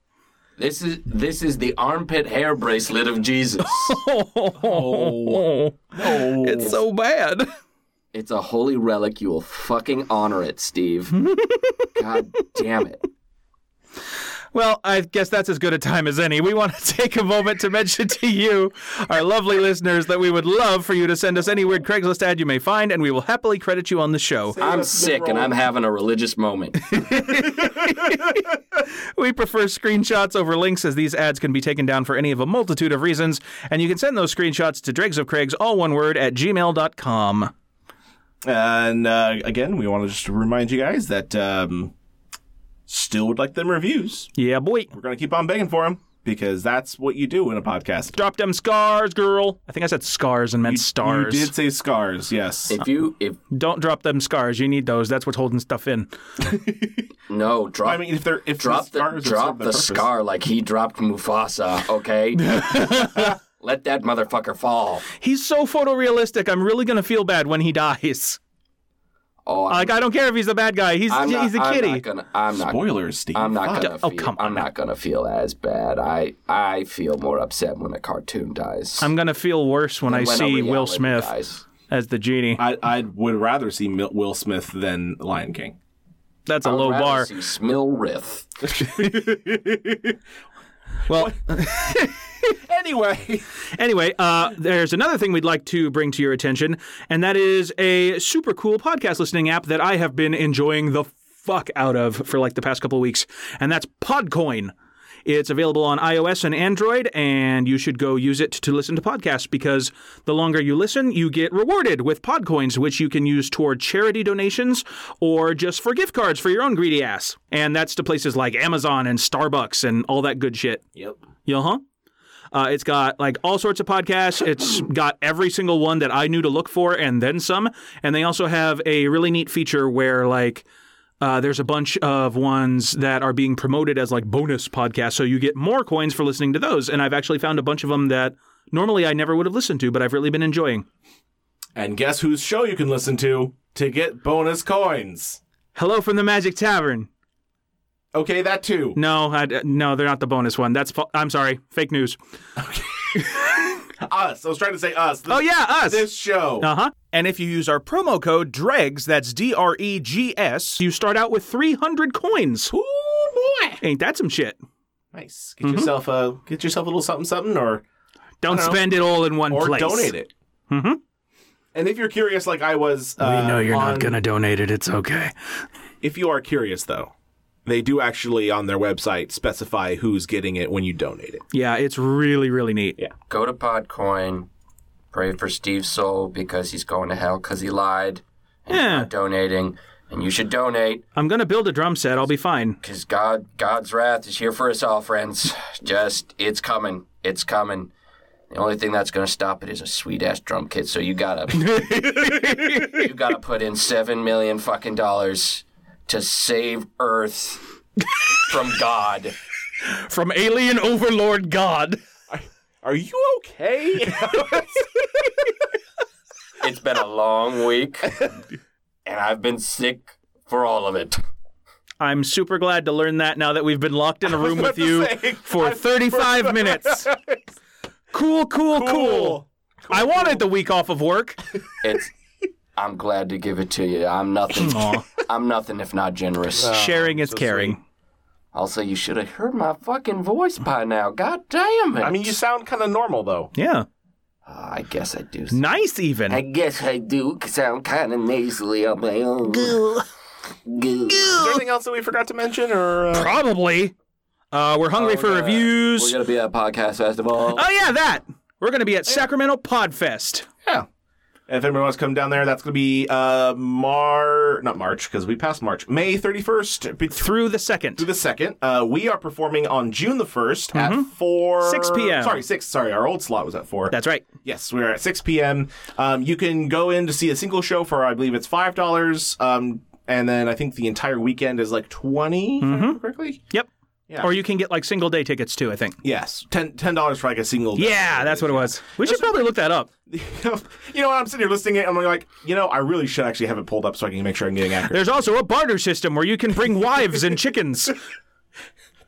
Speaker 4: This is this is the armpit hair bracelet of Jesus.
Speaker 3: Oh, it's so bad.
Speaker 4: It's a holy relic. You will fucking honor it, Steve. God damn it.
Speaker 3: Well, I guess that's as good a time as any. We want to take a moment to mention to you, our lovely listeners, that we would love for you to send us any weird Craigslist ad you may find, and we will happily credit you on the show.
Speaker 4: I'm sick and I'm having a religious moment.
Speaker 3: We prefer screenshots over links as these ads can be taken down for any of a multitude of reasons, and you can send those screenshots to dregs of Craigs, all one word, at gmail.com.
Speaker 5: And uh, again, we want to just remind you guys that um, still would like them reviews.
Speaker 3: Yeah, boy.
Speaker 5: We're going to keep on begging for them because that's what you do in a podcast.
Speaker 3: Drop them scars, girl. I think I said scars and meant stars.
Speaker 5: You did say scars, yes.
Speaker 4: If you if
Speaker 3: Don't drop them scars. You need those. That's what's holding stuff in.
Speaker 4: no drop
Speaker 5: I mean, if they're if
Speaker 4: drop
Speaker 5: the
Speaker 4: the,
Speaker 5: scars
Speaker 4: drop the scar like he dropped Mufasa. Okay. Let that motherfucker fall.
Speaker 3: He's so photorealistic. I'm really gonna feel bad when he dies.
Speaker 4: Oh, I'm,
Speaker 3: Like I don't care if he's the bad guy. He's
Speaker 4: I'm not,
Speaker 3: Uh, he's a
Speaker 4: I'm
Speaker 3: kitty.
Speaker 4: not gonna. I'm not.
Speaker 5: Spoilers, Steve.
Speaker 4: I'm not
Speaker 5: Fuck.
Speaker 4: gonna.
Speaker 3: Oh,
Speaker 4: Feel,
Speaker 3: come on
Speaker 4: I'm not gonna feel as bad. I I feel more upset when a cartoon dies.
Speaker 3: I'm gonna feel worse when I
Speaker 4: than when a
Speaker 3: see Will
Speaker 4: reality
Speaker 3: Smith
Speaker 4: dies.
Speaker 3: as the genie.
Speaker 5: I I would rather see Mil- Will Smith than Lion King.
Speaker 3: That's a
Speaker 4: I'd
Speaker 3: low
Speaker 4: rather
Speaker 3: bar.
Speaker 4: see Smil Riff.
Speaker 3: Well,
Speaker 5: Anyway,
Speaker 3: Anyway, uh, there's another thing we'd like to bring to your attention, and that is a super cool podcast listening app that I have been enjoying the fuck out of for like the past couple of weeks, and that's Podcoin. It's available on iOS and Android, and you should go use it to listen to podcasts because the longer you listen, you get rewarded with Podcoins, which you can use toward charity donations or just for gift cards for your own greedy ass. And that's to places like Amazon and Starbucks and all that good shit. Yep. Yeah, huh? Uh, it's got like all sorts of podcasts. It's got every single one that I knew to look for and then some. And they also have a really neat feature where like uh, there's a bunch of ones that are being promoted as like bonus podcasts. So you get more coins for listening to those. And I've actually found a bunch of them that normally I never would have listened to, but I've really been enjoying.
Speaker 5: and guess whose show you can listen to to get bonus coins?
Speaker 3: Hello from the Magic Tavern.
Speaker 5: Okay, that too.
Speaker 3: No, I, no, they're not the bonus one. That's fa- I'm sorry, fake news.
Speaker 5: Us. I was trying to say us. This,
Speaker 3: Oh yeah, us.
Speaker 5: this show.
Speaker 3: Uh huh.
Speaker 6: And if you use our promo code DREGS, that's D R E G S,
Speaker 3: You start out with 300 coins.
Speaker 5: Ooh, boy.
Speaker 3: Ain't that some shit?
Speaker 5: Nice. Get
Speaker 3: Mm-hmm.
Speaker 5: yourself a get yourself a little something something, or
Speaker 3: Don't spend it all in one
Speaker 5: or
Speaker 3: place.
Speaker 5: donate it. Mm-hmm. And if you're curious, like I was, uh,
Speaker 3: We know you're
Speaker 5: on-
Speaker 3: not going to donate it. It's okay.
Speaker 5: If you are curious, though, they do actually on their website specify who's getting it when you donate it.
Speaker 3: Yeah, it's really, really neat.
Speaker 4: Go to Podcoin. Pray for Steve's soul because he's going to hell because he lied and he's
Speaker 3: Yeah.
Speaker 4: not donating. And you should donate
Speaker 3: I'm going to build a drum set. I'll be fine.
Speaker 4: because God God's wrath is here for us all, friends. Just it's coming. It's coming. The only thing that's gonna stop it is a sweet ass drum kit. So you gotta you gotta put in seven million fucking dollars to save Earth from God.
Speaker 3: From alien overlord God.
Speaker 5: Are you okay?
Speaker 4: It's been a long week, and I've been sick for all of it.
Speaker 3: I'm super glad to learn that now that we've been locked in a room
Speaker 5: about to
Speaker 3: with you
Speaker 5: say,
Speaker 3: for 35 minutes. Cool, cool, cool. I wanted the week off of work.
Speaker 4: It's I'm glad to give it to you. I'm nothing.
Speaker 3: Aw.
Speaker 5: Oh,
Speaker 4: I'm nothing if not generous.
Speaker 3: Sharing is caring.
Speaker 4: Also, you should have heard my fucking voice by now. God damn it.
Speaker 2: I mean, you sound kind of normal though.
Speaker 3: Yeah.
Speaker 4: Uh, I guess I do.
Speaker 3: Nice, even.
Speaker 4: I guess I do sound kind of nasally on my own. Goo. Goo.
Speaker 2: Is there anything else that we forgot to mention, or uh,
Speaker 3: Probably. Uh, we're
Speaker 2: Oh,
Speaker 3: hungry for
Speaker 4: We're
Speaker 3: reviews.
Speaker 4: going to be at Podcast Festival.
Speaker 2: Uh,
Speaker 3: Oh, yeah, that. We're going to
Speaker 2: Oh,
Speaker 3: be at Sacramento Podfest.
Speaker 2: if anyone wants to come down there, that's going to be uh Mar not March because we passed March May thirty first
Speaker 3: Through the second.
Speaker 2: through the second. Uh, we are performing on June the 1st
Speaker 3: Mm-hmm.
Speaker 2: at four
Speaker 3: 6 p.m..
Speaker 2: Sorry, six. Sorry, our old slot was at four.
Speaker 3: That's right.
Speaker 2: Yes, we're at 6 p.m. Um, you can go in to see a single show for, I believe it's $5. Um, and then I think the entire weekend is like 20 if
Speaker 3: Mm-hmm.
Speaker 2: I remember correctly?
Speaker 3: Yep.
Speaker 2: Yeah.
Speaker 3: Or you can get like single day tickets too, I think.
Speaker 2: Yes. $10, $10 for like a single.
Speaker 3: Yeah, that's what it was. We should probably look that up.
Speaker 2: you know, I'm sitting here listening it and I'm like, you know, I really should actually have it pulled up so I can make sure I'm getting accurate.
Speaker 3: There's also a barter system where you can bring wives and chickens.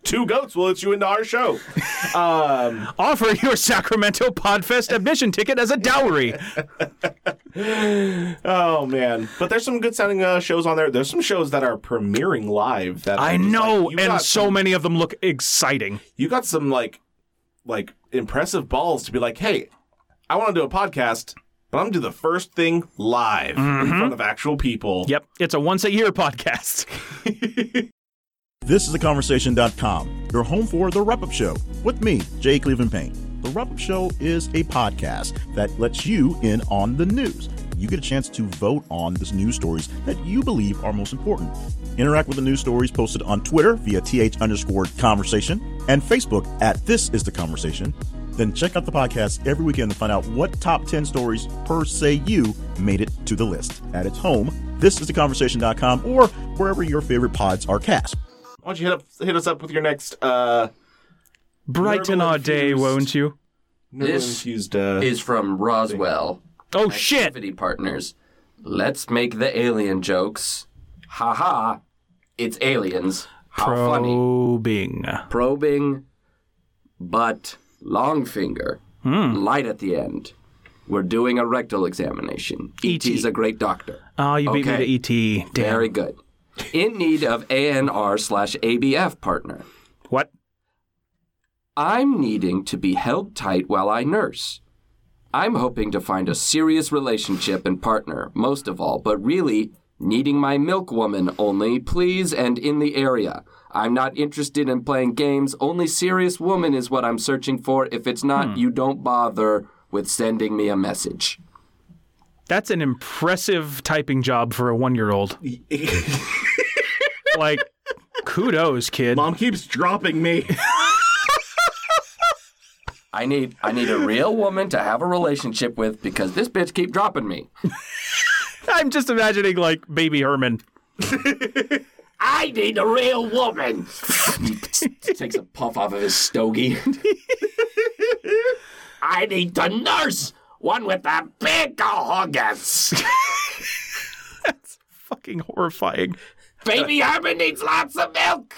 Speaker 2: Two goats will let you into our show. Um,
Speaker 3: Offer your Sacramento Podfest admission ticket as a dowry.
Speaker 2: oh, man. But there's some good sounding uh, shows on there. There's some shows that are premiering live that
Speaker 3: I
Speaker 2: are just
Speaker 3: know,
Speaker 2: like, you
Speaker 3: and
Speaker 2: got
Speaker 3: so many of them look exciting.
Speaker 2: you got some like like impressive balls to be like, hey, I want to do a podcast, but I'm gonna do the first thing live in front of actual people.
Speaker 3: Yep, it's a once a year podcast.
Speaker 7: This is theconversation.com, your home for The Wrap Up Show, with me, Jay Cleveland Payne. The Wrap Up Show is a podcast that lets you in on the news. You get a chance to vote on the news stories that you believe are most important. Interact with the news stories posted on Twitter via th underscore conversation and Facebook at This Is The Conversation. Then check out the podcast every weekend to find out what top 10 stories per se you made it to the list. At its home, this is theconversation.com or wherever your favorite pods are cast.
Speaker 2: Why don't you hit up hit us up with your next uh
Speaker 3: Brighten our day,
Speaker 2: infused.
Speaker 3: won't you?
Speaker 4: This
Speaker 2: infused uh
Speaker 4: is from Roswell.
Speaker 3: Oh, shit.
Speaker 4: Activity partners. Let's make the alien jokes. Ha ha. It's aliens. How funny.
Speaker 3: Probing.
Speaker 4: probing, but long finger, light at the end. We're doing a rectal examination. E.T. is a great doctor.
Speaker 3: Oh, you beat
Speaker 4: Okay.
Speaker 3: me to ET. Damn.
Speaker 4: Very good. In need of ANR slash ABF partner.
Speaker 3: What?
Speaker 4: I'm needing to be held tight while I nurse. I'm hoping to find a serious relationship and partner, most of all, but really needing my milk woman only, please, and in the area. I'm not interested in playing games. Only serious woman is what I'm searching for. If it's not, you don't bother with sending me a message.
Speaker 3: That's an impressive typing job for a one year old. like, kudos, kid.
Speaker 5: Mom keeps dropping me.
Speaker 4: I need I need a real woman to have a relationship with because this bitch keep dropping me.
Speaker 3: I'm just imagining, like, baby Herman.
Speaker 4: I need a real woman. he takes a puff off of his stogie. I need the nurse, one with a big august.
Speaker 3: Fucking horrifying.
Speaker 4: Baby Herman needs lots of milk.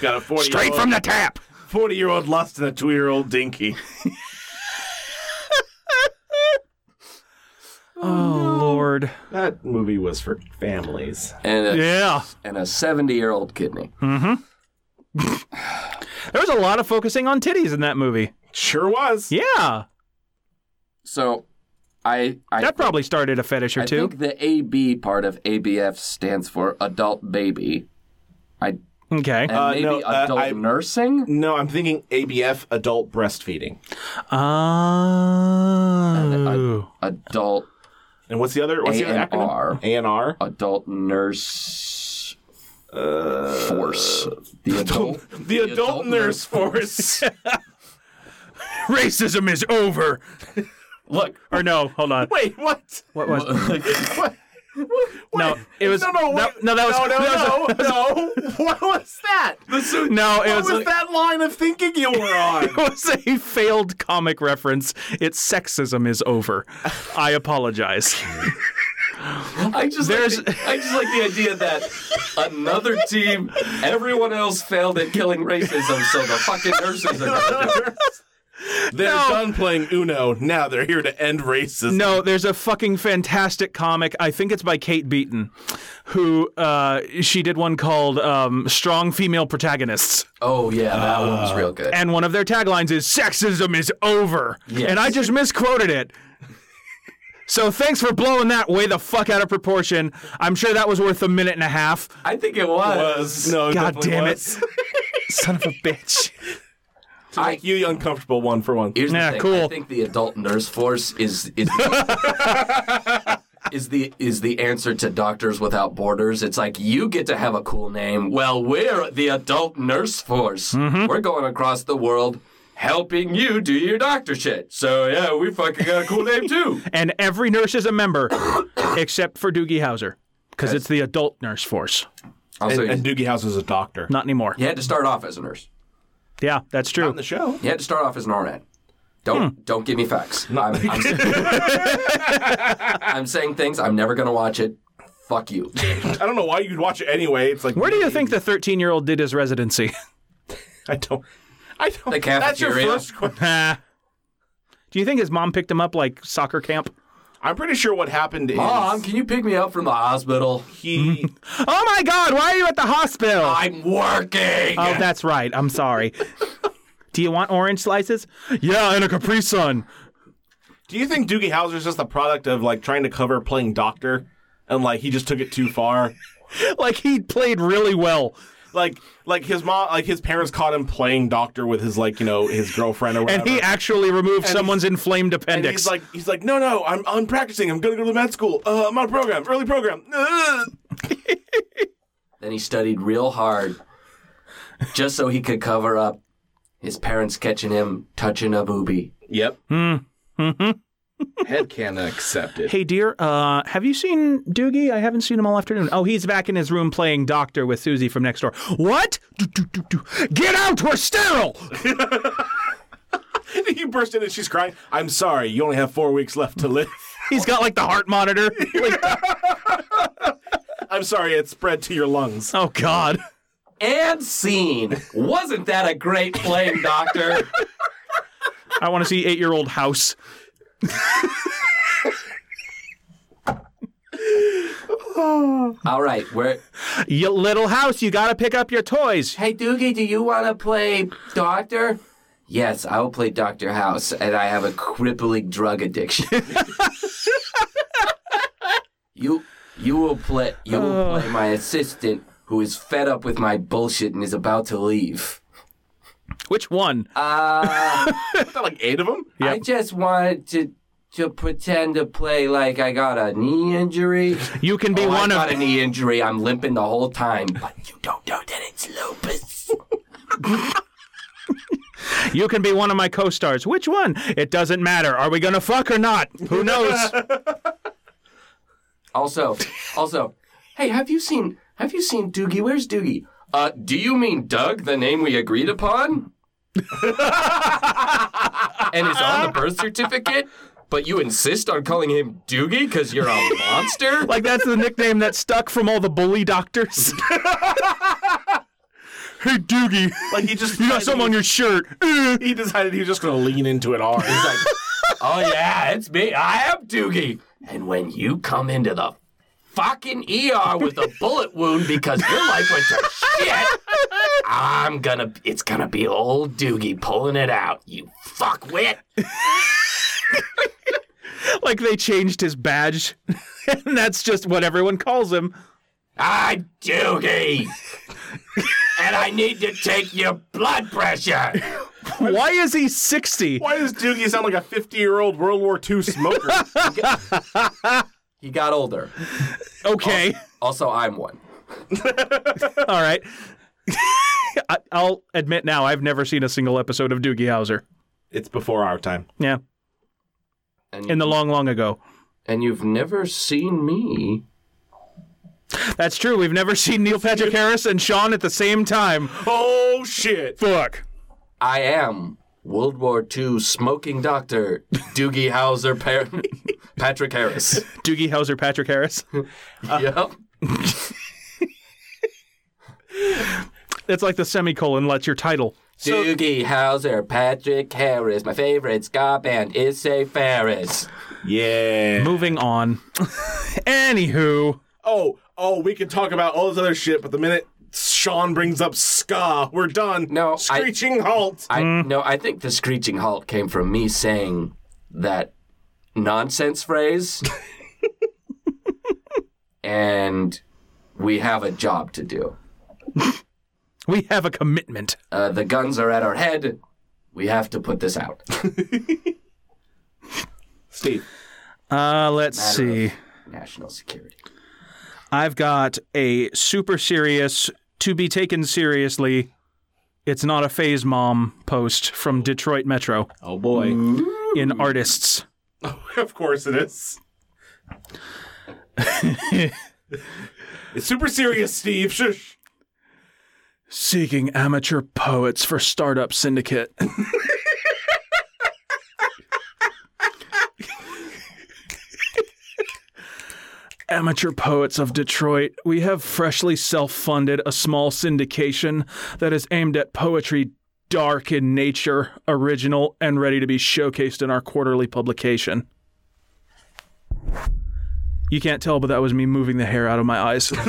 Speaker 2: got a 40
Speaker 3: Straight from the tap.
Speaker 2: 40 year old lust and a 2 year old dinky.
Speaker 3: Oh, Lord.
Speaker 2: that movie was for families.
Speaker 4: And a,
Speaker 3: Yeah.
Speaker 4: and a seventy-year-old kidney.
Speaker 3: There was a lot of focusing on titties in that movie.
Speaker 2: Sure was.
Speaker 3: Yeah.
Speaker 4: So, I I,
Speaker 3: That probably started a fetish or
Speaker 4: I
Speaker 3: two.
Speaker 4: think the AB part of ABF stands for adult baby. I
Speaker 3: Okay.
Speaker 4: and
Speaker 2: Uh,
Speaker 4: maybe
Speaker 2: no, uh,
Speaker 4: adult
Speaker 2: I-
Speaker 4: nursing.
Speaker 2: No, I'm thinking ABF adult breastfeeding.
Speaker 3: Oh.
Speaker 4: Adult
Speaker 2: And what's the other what's the other
Speaker 4: ANR.
Speaker 2: acronym? ANR.
Speaker 4: adult nurse force. The adult,
Speaker 2: The adult,
Speaker 4: adult
Speaker 2: nurse force.
Speaker 3: Racism is over.
Speaker 2: Look.
Speaker 3: Or no, hold on.
Speaker 2: Wait, what?
Speaker 3: What was
Speaker 2: What?
Speaker 3: No, it was
Speaker 2: no, no,
Speaker 3: no,
Speaker 2: wait.
Speaker 3: no, that was
Speaker 2: no, no,
Speaker 3: that was-
Speaker 2: no, no. What was that?
Speaker 3: No, it
Speaker 2: what
Speaker 3: was,
Speaker 2: was that line of thinking you were on?
Speaker 3: it was a failed comic reference. It's sexism is over. I apologize.
Speaker 4: I just
Speaker 3: There's-
Speaker 4: like the, I just like the idea that another team, everyone else failed at killing racism, so the fucking nurses are gonna do it.
Speaker 2: They're done playing Uno. Now they're here to end racism.
Speaker 3: No, there's a fucking fantastic comic. I think it's by Kate Beaton, who uh, she did one called um, "Strong Female Protagonists,"
Speaker 4: Oh yeah, that one's real good.
Speaker 3: and one of their taglines is "Sexism is over."
Speaker 4: Yes.
Speaker 3: And I just misquoted it. So thanks for blowing that way the fuck out of proportion. I'm sure that was worth a minute and a half.
Speaker 4: I think it was.
Speaker 2: was no. it
Speaker 3: God
Speaker 2: definitely
Speaker 3: damn it,
Speaker 2: was.
Speaker 3: son of a bitch.
Speaker 4: I-
Speaker 2: Make you uncomfortable one for one.
Speaker 4: Here's the
Speaker 3: Yeah,
Speaker 4: thing.
Speaker 3: cool.
Speaker 4: I think the adult nurse force is is is the is the answer to Doctors Without Borders. It's like you get to have a cool name. Well, we're the adult nurse force. We're going across the world helping you do your doctor shit. So yeah, we fucking got a cool name too.
Speaker 3: And every nurse is a member, except for Doogie Howser, because it's the adult nurse force.
Speaker 4: Also,
Speaker 2: And Doogie House is a doctor.
Speaker 3: Not anymore.
Speaker 4: you had to start off as a nurse.
Speaker 3: Yeah, that's true.
Speaker 2: On the show.
Speaker 4: You had to start off as an RN. Don't don't give me facts. I'm, I'm, I'm saying things. I'm never gonna watch it. Fuck you.
Speaker 2: I don't know why you'd watch it anyway. It's like
Speaker 3: Where do you think the 13 year old did his residency?
Speaker 2: I don't. I don't.
Speaker 4: The
Speaker 2: That's your
Speaker 4: cafeteria.
Speaker 2: first question.
Speaker 3: Ah. Do you think his mom picked him up like soccer camp?
Speaker 2: I'm pretty sure what happened is
Speaker 4: Mom, can you pick me up from the hospital?
Speaker 2: he
Speaker 3: Oh my God, why are you at the hospital?
Speaker 4: I'm working.
Speaker 2: Uh,
Speaker 3: oh, that's right. I'm sorry. Do you want orange slices? Yeah, and a Capri Sun.
Speaker 2: Do you think Doogie Howser is just the product of like trying to cover playing doctor, and like he just took it too far?
Speaker 3: Like he played really well,
Speaker 2: Like, like his mom, like his parents caught him playing doctor with his like you know his girlfriend or whatever.
Speaker 3: and he actually removed someone's inflamed
Speaker 2: And
Speaker 3: appendix.
Speaker 2: he's like, he's like, no, no, I'm, I'm practicing. I'm gonna go to med school. Uh, I'm on a program, early program. Ugh."
Speaker 4: Then he studied real hard just so he could cover up his parents catching him touching a booby.
Speaker 5: Yep.
Speaker 3: Hmm.
Speaker 5: Head cannon accepted.
Speaker 3: Hey dear, uh, have you seen Doogie? I haven't seen him all afternoon. Oh, he's back in his room playing doctor with Susie from next door. What? Do, do, do, do. Get out! We're sterile.
Speaker 2: he burst in and she's crying. I'm sorry, you only have four weeks left to live.
Speaker 3: He's got like the heart monitor. Like,
Speaker 2: I'm sorry, it spread to your lungs.
Speaker 3: oh God.
Speaker 4: And scene. Wasn't that a great flame, Doctor?
Speaker 3: I want to see eight year old house.
Speaker 4: All right, we're.
Speaker 3: You little house, you gotta pick up your toys.
Speaker 4: Hey, Doogie, do you want to play Doctor? Yes, I will play Dr. House, and I have a crippling drug addiction. you you will play you will play my assistant who is fed up with my bullshit and is about to leave.
Speaker 3: Which one?
Speaker 2: Uh, like eight of them.
Speaker 3: Yep.
Speaker 4: I just wanted to to pretend to play like I got a knee injury.
Speaker 3: you can be
Speaker 4: Oh,
Speaker 3: one
Speaker 4: I got
Speaker 3: of.
Speaker 4: a knee injury. I'm limping the whole time, but you don't know that it's lupus.
Speaker 3: You can be one of my co-stars. Which one? It doesn't matter. Are we gonna fuck or not? Who knows?
Speaker 4: Also, also, hey, have you seen have you seen Doogie? Where's Doogie? Uh, do you mean Doug, the name we agreed upon? and is on the birth certificate, but you insist on calling him Doogie because you're a monster?
Speaker 3: like that's the nickname that stuck from all the bully doctors. hey Doogie,
Speaker 2: Like he just
Speaker 3: you got something on your shirt. Eh.
Speaker 2: He decided he was just gonna lean into it hard.
Speaker 4: He's like, oh yeah, it's me. I am Doogie. And when you come into the fucking ER with a bullet wound because your life went to shit, I'm gonna. It's gonna be old Doogie pulling it out. You fuckwit.
Speaker 3: like they changed his badge, and that's just what everyone calls him.
Speaker 4: I'm Doogie. and I need to take your blood pressure.
Speaker 3: Why is he sixty?
Speaker 2: Why does Doogie sound like a 50 year old World War II smoker?
Speaker 4: He got older.
Speaker 3: Okay,
Speaker 4: Also, I'm one.
Speaker 3: all right. I, I'll admit now, I've never seen a single episode of Doogie Howser.
Speaker 2: it's before our time.
Speaker 3: Yeah,
Speaker 4: And,
Speaker 3: in the long, long ago.
Speaker 4: and you've never seen me.
Speaker 3: That's true. We've never seen Neil Patrick Harris and Sean at the same time.
Speaker 2: Oh shit!
Speaker 3: Fuck.
Speaker 4: I am World War II smoking doctor Doogie Howser par- Patrick Harris.
Speaker 3: Doogie Howser, Patrick Harris.
Speaker 4: yep.
Speaker 3: That's like the semicolon. That's your title.
Speaker 4: Doogie Howser, Patrick Harris, my favorite ska band is Say Ferris.
Speaker 8: Yeah.
Speaker 3: Moving on. Anywho,
Speaker 2: Oh, oh, we can talk about all this other shit, but the minute Sean brings up ska, we're done.
Speaker 4: No, I-
Speaker 2: screeching halt.
Speaker 4: I
Speaker 3: Mm.
Speaker 4: no, I think the screeching halt came from me saying that nonsense phrase. and we have a job to do.
Speaker 3: we have a commitment.
Speaker 4: Uh, the guns are at our head. We have to put this out.
Speaker 8: Steve.
Speaker 3: Uh, let's
Speaker 4: Matter of
Speaker 3: see.
Speaker 4: National security.
Speaker 3: I've got a super serious, to be taken seriously. It's not a phase mom post from Detroit Metro
Speaker 8: Oh boy.
Speaker 3: in artists.
Speaker 2: of course it is. it's super serious, Steve. Shush.
Speaker 3: Seeking amateur poets for startup syndicate. amateur poets of Detroit, we have freshly self funded a small syndication that is aimed at poetry dark in nature, original, and ready to be showcased in our quarterly publication. You can't tell, but that was me moving the hair out of my eyes.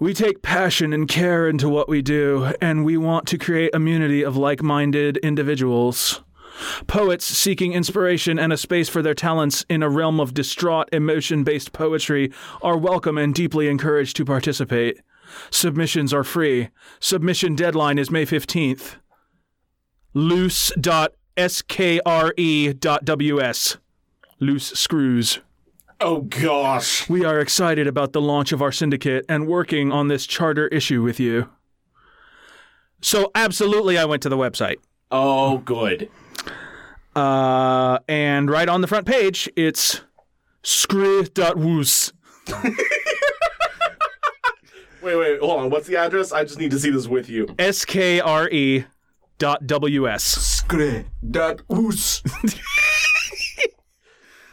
Speaker 3: We take passion and care into what we do, and we want to create a community of like minded individuals. Poets seeking inspiration and a space for their talents in a realm of distraught, emotion based poetry are welcome and deeply encouraged to participate. Submissions are free. Submission deadline is May 15th. E loose.skre.ws. Loose screws.
Speaker 2: Oh gosh.
Speaker 3: We are excited about the launch of our syndicate and working on this charter issue with you. So, absolutely, I went to the website.
Speaker 2: Oh, good.
Speaker 3: Uh, and right on the front page, it's screw.woos.
Speaker 2: Wait, wait, hold on. What's the address? I just need to see this with you.
Speaker 3: S K R E dot W S.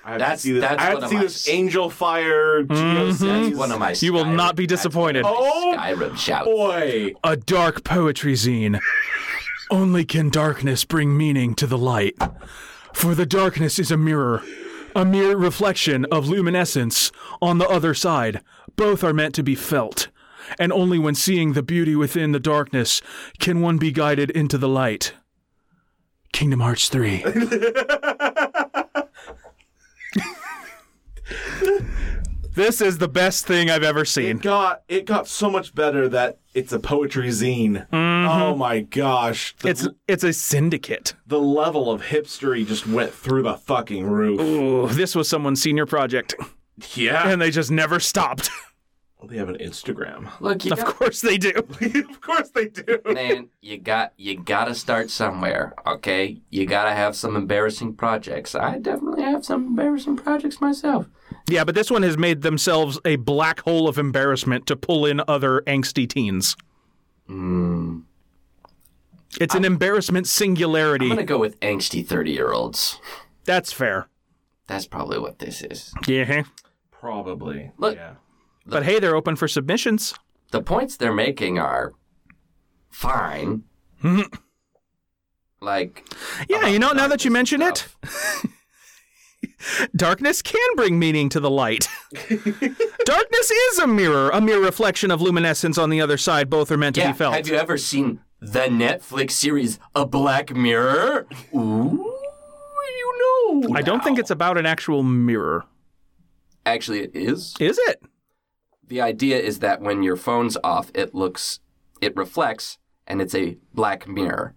Speaker 2: I have
Speaker 4: That's-
Speaker 2: to see this.
Speaker 4: that's
Speaker 2: I have
Speaker 4: one
Speaker 2: to
Speaker 4: of
Speaker 2: see
Speaker 4: my- Mm-hmm.
Speaker 2: this Angel Fire
Speaker 4: That's
Speaker 2: GOC.
Speaker 4: one of my.
Speaker 3: You will
Speaker 4: Skyrim-
Speaker 3: not be
Speaker 4: that's one
Speaker 3: disappointed.
Speaker 4: of my
Speaker 2: Oh,
Speaker 4: Skyrim shouts.
Speaker 2: Boy.
Speaker 3: A dark poetry zine. Only can darkness bring meaning to the light. For the darkness is a mirror, a mere reflection of luminescence on the other side. Both are meant to be felt. And only when seeing the beauty within the darkness can one be guided into the light. Kingdom Hearts 3. this is the best thing I've ever seen.
Speaker 2: It got it got so much better that it's a poetry zine. Oh my gosh. The,
Speaker 3: It's it's a syndicate.
Speaker 2: the level of hipstery just went through the fucking roof.
Speaker 3: Ooh, "Oh, this was someone's senior project,
Speaker 2: Yeah.
Speaker 3: and they just never stopped.
Speaker 2: They have an Instagram.
Speaker 4: Look, you
Speaker 3: of
Speaker 4: got,
Speaker 3: course they do.
Speaker 2: of course they do.
Speaker 4: man, you got you got to start somewhere, okay? You got to have some embarrassing projects. I definitely have some embarrassing projects myself.
Speaker 3: yeah, but this one has made themselves a black hole of embarrassment to pull in other angsty teens. Hmm. It's an embarrassment singularity.
Speaker 4: I'm gonna go with angsty thirty-year-olds.
Speaker 3: That's fair.
Speaker 4: That's probably what this is.
Speaker 3: Yeah.
Speaker 2: Probably.
Speaker 4: Look.
Speaker 2: Yeah.
Speaker 3: But hey, they're open for submissions.
Speaker 4: The points they're making are fine. like,
Speaker 3: Yeah, you know, now that you
Speaker 4: darkness
Speaker 3: mention
Speaker 4: and
Speaker 3: it,
Speaker 4: stuff.
Speaker 3: darkness can bring meaning to the light. darkness is a mirror, a mere reflection of luminescence on the other side. Both are meant to
Speaker 4: Yeah,
Speaker 3: be felt.
Speaker 4: have you ever seen the Netflix series A Black Mirror? Ooh, you know.
Speaker 3: I don't think
Speaker 4: now.
Speaker 3: it's about an actual mirror.
Speaker 4: Actually, it is.
Speaker 3: Is it?
Speaker 4: The idea is that when your phone's off, it looks, it reflects, and it's a black mirror.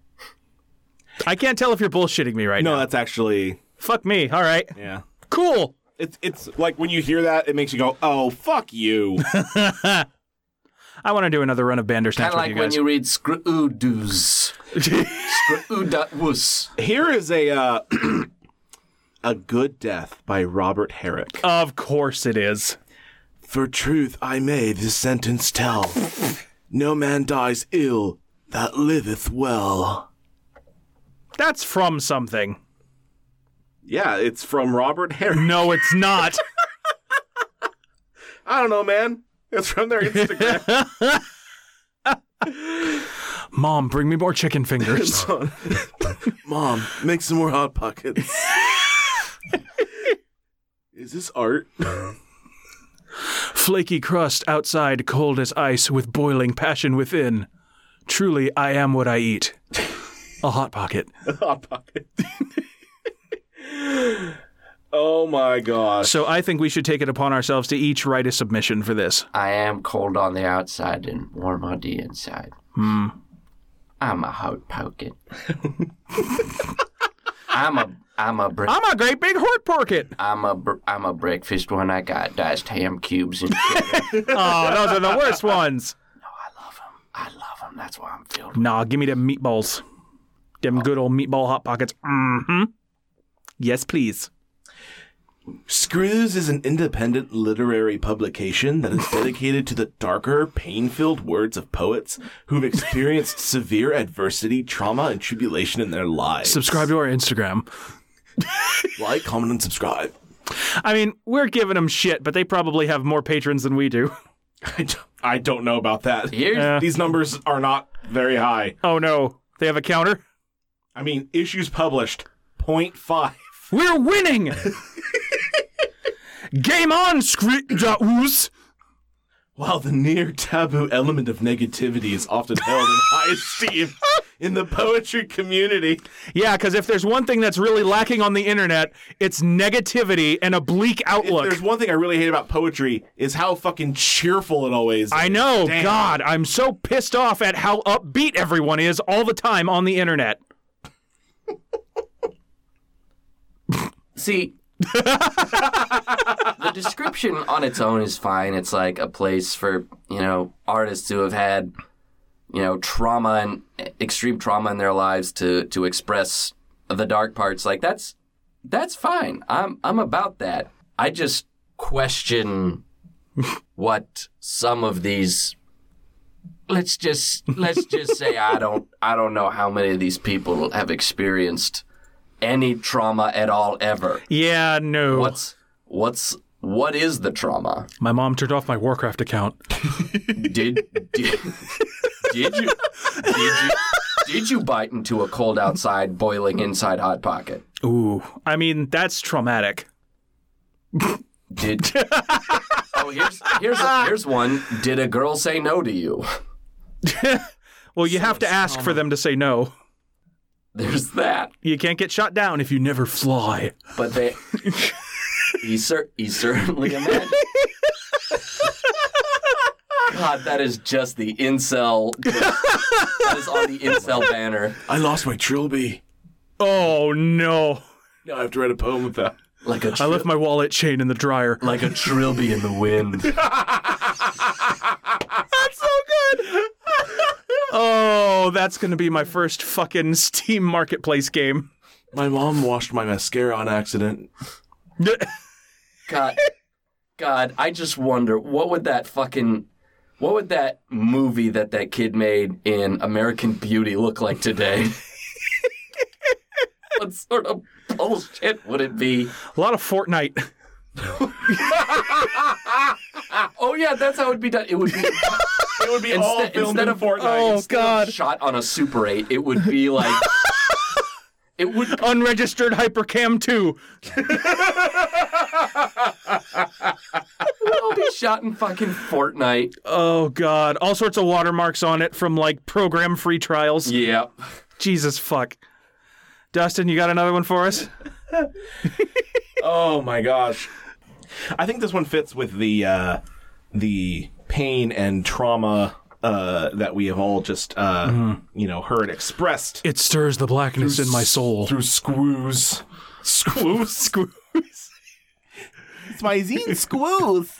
Speaker 3: I can't tell if you're bullshitting me right
Speaker 2: No,
Speaker 3: now.
Speaker 2: that's actually
Speaker 3: Fuck me. All right.
Speaker 2: yeah.
Speaker 3: Cool.
Speaker 2: It's it's like when you hear that, it makes you go, "Oh fuck you."
Speaker 3: I want to do another run of
Speaker 4: Kind
Speaker 3: Bandersnatch
Speaker 4: of
Speaker 3: with
Speaker 4: like
Speaker 3: you
Speaker 4: when
Speaker 3: guys.
Speaker 4: you read Scroodoos. Scroodoos.
Speaker 2: Here is a uh, a good death by Robert Herrick.
Speaker 3: of course it is.
Speaker 2: For truth I may this sentence tell. No man dies ill that liveth well.
Speaker 3: That's from something.
Speaker 2: Yeah, it's from Robert Herrick.
Speaker 3: No, it's not.
Speaker 2: I don't know, man. It's from their Instagram.
Speaker 3: Mom, bring me more chicken fingers.
Speaker 2: Mom, make some more hot pockets. Is this art?
Speaker 3: Flaky crust outside, cold as ice, with boiling passion within. Truly, I am what I eat. A hot pocket.
Speaker 2: hot pocket. oh my gosh.
Speaker 3: So I think we should take it upon ourselves to each write a submission for this.
Speaker 4: I am cold on the outside and warm on the inside. Hmm. I'm a hot pocket. I'm a I'm a bre-
Speaker 3: I'm a great big hort pocket.
Speaker 4: I'm a br- I'm a breakfast one. I got diced ham cubes and cheddar.
Speaker 3: Oh, those are the worst ones.
Speaker 4: I love them. That's why I'm filled.
Speaker 3: Nah, give me them meatballs. Them good old meatball hot pockets. Mm-hmm. Yes, please.
Speaker 2: Screws is an independent literary publication that is dedicated to the darker, pain filled words of poets who've experienced severe adversity, trauma, and tribulation in their lives.
Speaker 3: Subscribe to our Instagram.
Speaker 2: like, comment, and subscribe.
Speaker 3: I mean, we're giving them shit, but they probably have more patrons than we do.
Speaker 2: I don't, I don't know about that.
Speaker 4: Here's
Speaker 2: These numbers are not very high.
Speaker 3: Oh no, they have a counter.
Speaker 2: I mean, issues published 0.5.
Speaker 3: We're winning. Game on, Scrooge.
Speaker 2: While the near taboo element of negativity is often held in high esteem in the poetry community,
Speaker 3: Yeah, because if there's one thing that's really lacking on the internet, it's negativity and a bleak outlook.
Speaker 2: there's one thing I really hate about poetry is how fucking cheerful it always is.
Speaker 3: I know. God, I'm so pissed off at how upbeat everyone is all the time on the internet.
Speaker 4: See, the description on its own is fine. It's like a place for, you know, artists who have had, you know, trauma and extreme trauma in their lives to to express the dark parts. Like that's that's fine. I'm I'm about that. I just question what some of these let's just let's just say I don't I don't know how many of these people have experienced any trauma at all ever.
Speaker 3: Yeah, no.
Speaker 4: What's what's what is the trauma?
Speaker 3: My mom turned off my Warcraft account.
Speaker 4: Did did, did you did you did you bite into a cold outside boiling inside hot pocket?
Speaker 3: Ooh, I mean that's traumatic.
Speaker 4: Did Oh, here's here's here's one. Did a girl say no to you?
Speaker 3: Well, you have to ask for them to say no.
Speaker 4: There's that.
Speaker 3: You can't get shot down if you never fly.
Speaker 4: But they he cer- he certainly imagined. God, that is just the incel. that is on the incel banner.
Speaker 2: I lost my trilby.
Speaker 3: Oh no!
Speaker 2: Now I have to write a poem with that.
Speaker 4: Like a
Speaker 3: I left my wallet chain in the dryer.
Speaker 4: like a trilby in the wind.
Speaker 3: Oh, that's gonna be my first fucking Steam Marketplace game.
Speaker 2: My mom washed my mascara on accident.
Speaker 4: God, God, I just wonder what would that fucking, what would that movie that that kid made in American Beauty look like today? what sort of bullshit would it be?
Speaker 3: A lot of Fortnite.
Speaker 4: Oh yeah, that's how it'd be done. It would be.
Speaker 2: It would be all
Speaker 4: Instead,
Speaker 2: filmed
Speaker 4: instead
Speaker 2: in
Speaker 4: of
Speaker 2: Fortnite.
Speaker 3: Oh
Speaker 4: instead of
Speaker 3: god!
Speaker 4: shot on a Super Eight, it would be like. It would
Speaker 3: Unregistered Hypercam 2.
Speaker 4: all be shot in fucking Fortnite.
Speaker 3: Oh god! All sorts of watermarks on it from like program free trials.
Speaker 4: Yeah.
Speaker 3: Jesus fuck. Dustin, you got another one for us?
Speaker 2: Oh my gosh. I think this one fits with the uh, the pain and trauma uh, that we have all just uh, you know heard expressed
Speaker 3: It stirs the blackness in my soul.
Speaker 2: through screws. Screws, screws. it's my zine screws.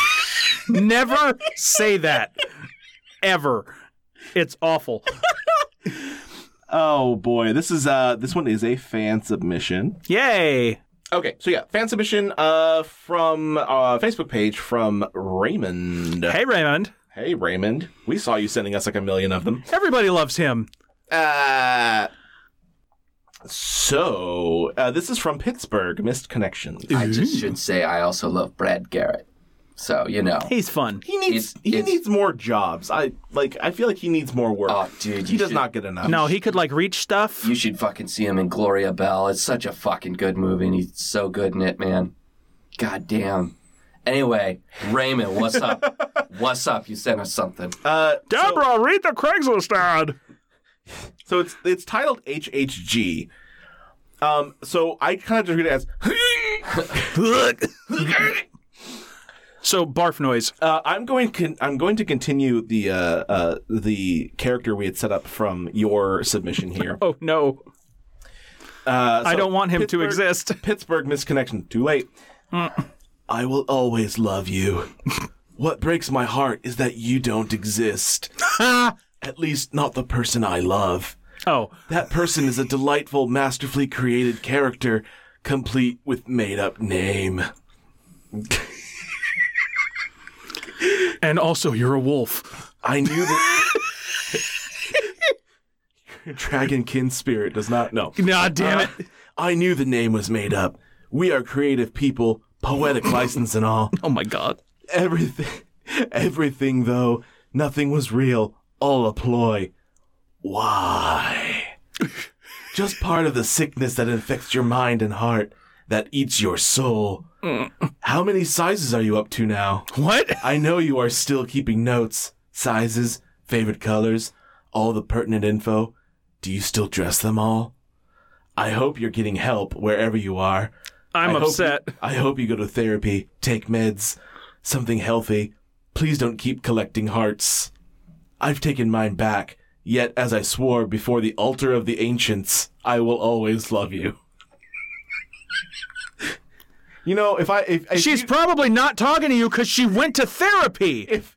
Speaker 3: Never say that. Ever. It's awful.
Speaker 2: Oh boy, this is uh this one is a fan submission.
Speaker 3: Yay.
Speaker 2: Okay, so yeah, fan submission uh from uh Facebook page from Raymond.
Speaker 3: Hey, Raymond.
Speaker 2: Hey Raymond, we saw you sending us like a million of them.
Speaker 3: Everybody loves him.
Speaker 2: Uh so uh, this is from Pittsburgh, Missed Connections. Mm.
Speaker 4: I just should say I also love Brad Garrett. So you know.
Speaker 3: He's fun.
Speaker 2: He needs
Speaker 4: It's-
Speaker 2: he
Speaker 4: it's-
Speaker 2: needs more jobs. I like I feel like he needs more work.
Speaker 4: Oh, dude,
Speaker 2: he
Speaker 4: you
Speaker 2: does
Speaker 4: should-
Speaker 2: not get enough.
Speaker 3: No, he could like reach stuff.
Speaker 4: You should fucking see him in Gloria Bell. It's such a fucking good movie, and he's so good in it, man. God damn. Anyway, Raymond, what's up? what's up? You sent us something.
Speaker 2: Uh,
Speaker 3: Deborah, read the Craigslist ad.
Speaker 2: so it's it's titled HHG. Um, so I kind of just read it as.
Speaker 3: So barf noise.
Speaker 2: Uh, I'm going. Con- I'm going to continue the uh, uh, the character we had set up from your submission here.
Speaker 3: Oh no,
Speaker 2: Uh,
Speaker 3: I
Speaker 2: so
Speaker 3: don't want him to
Speaker 2: Pittsburgh-
Speaker 3: exist. Mm.
Speaker 2: Pittsburgh misconnection. Too late.
Speaker 5: I will always love you. what breaks my heart is that you don't exist. At least, not the person I love.
Speaker 3: Oh,
Speaker 5: That person is a delightful, masterfully created character, complete with made up name.
Speaker 3: and also you're a wolf.
Speaker 5: I knew that. Dragon kin spirit does not know.
Speaker 3: Nah, damn it.
Speaker 2: Uh,
Speaker 5: I knew the name was made up. We are creative people, poetic license and all.
Speaker 3: Oh my god.
Speaker 5: Everything, everything though, nothing was real, all a ploy. Why? Just part of the sickness that infects your mind and heart, that eats your soul. How many sizes are you up to now?
Speaker 3: What?
Speaker 5: I know you are still keeping notes, sizes, favorite colors, all the pertinent info. Do you still dress them all? I hope you're getting help wherever you are.
Speaker 3: I'm
Speaker 5: I hope
Speaker 3: upset.
Speaker 5: you- I hope you go to therapy, take meds, something healthy. Please don't keep collecting hearts. I've taken mine back, yet as I swore before the altar of the ancients, I will always love you.
Speaker 2: You know, if I if, if
Speaker 3: She's
Speaker 2: you-
Speaker 3: probably not talking to you because she went to therapy.
Speaker 2: if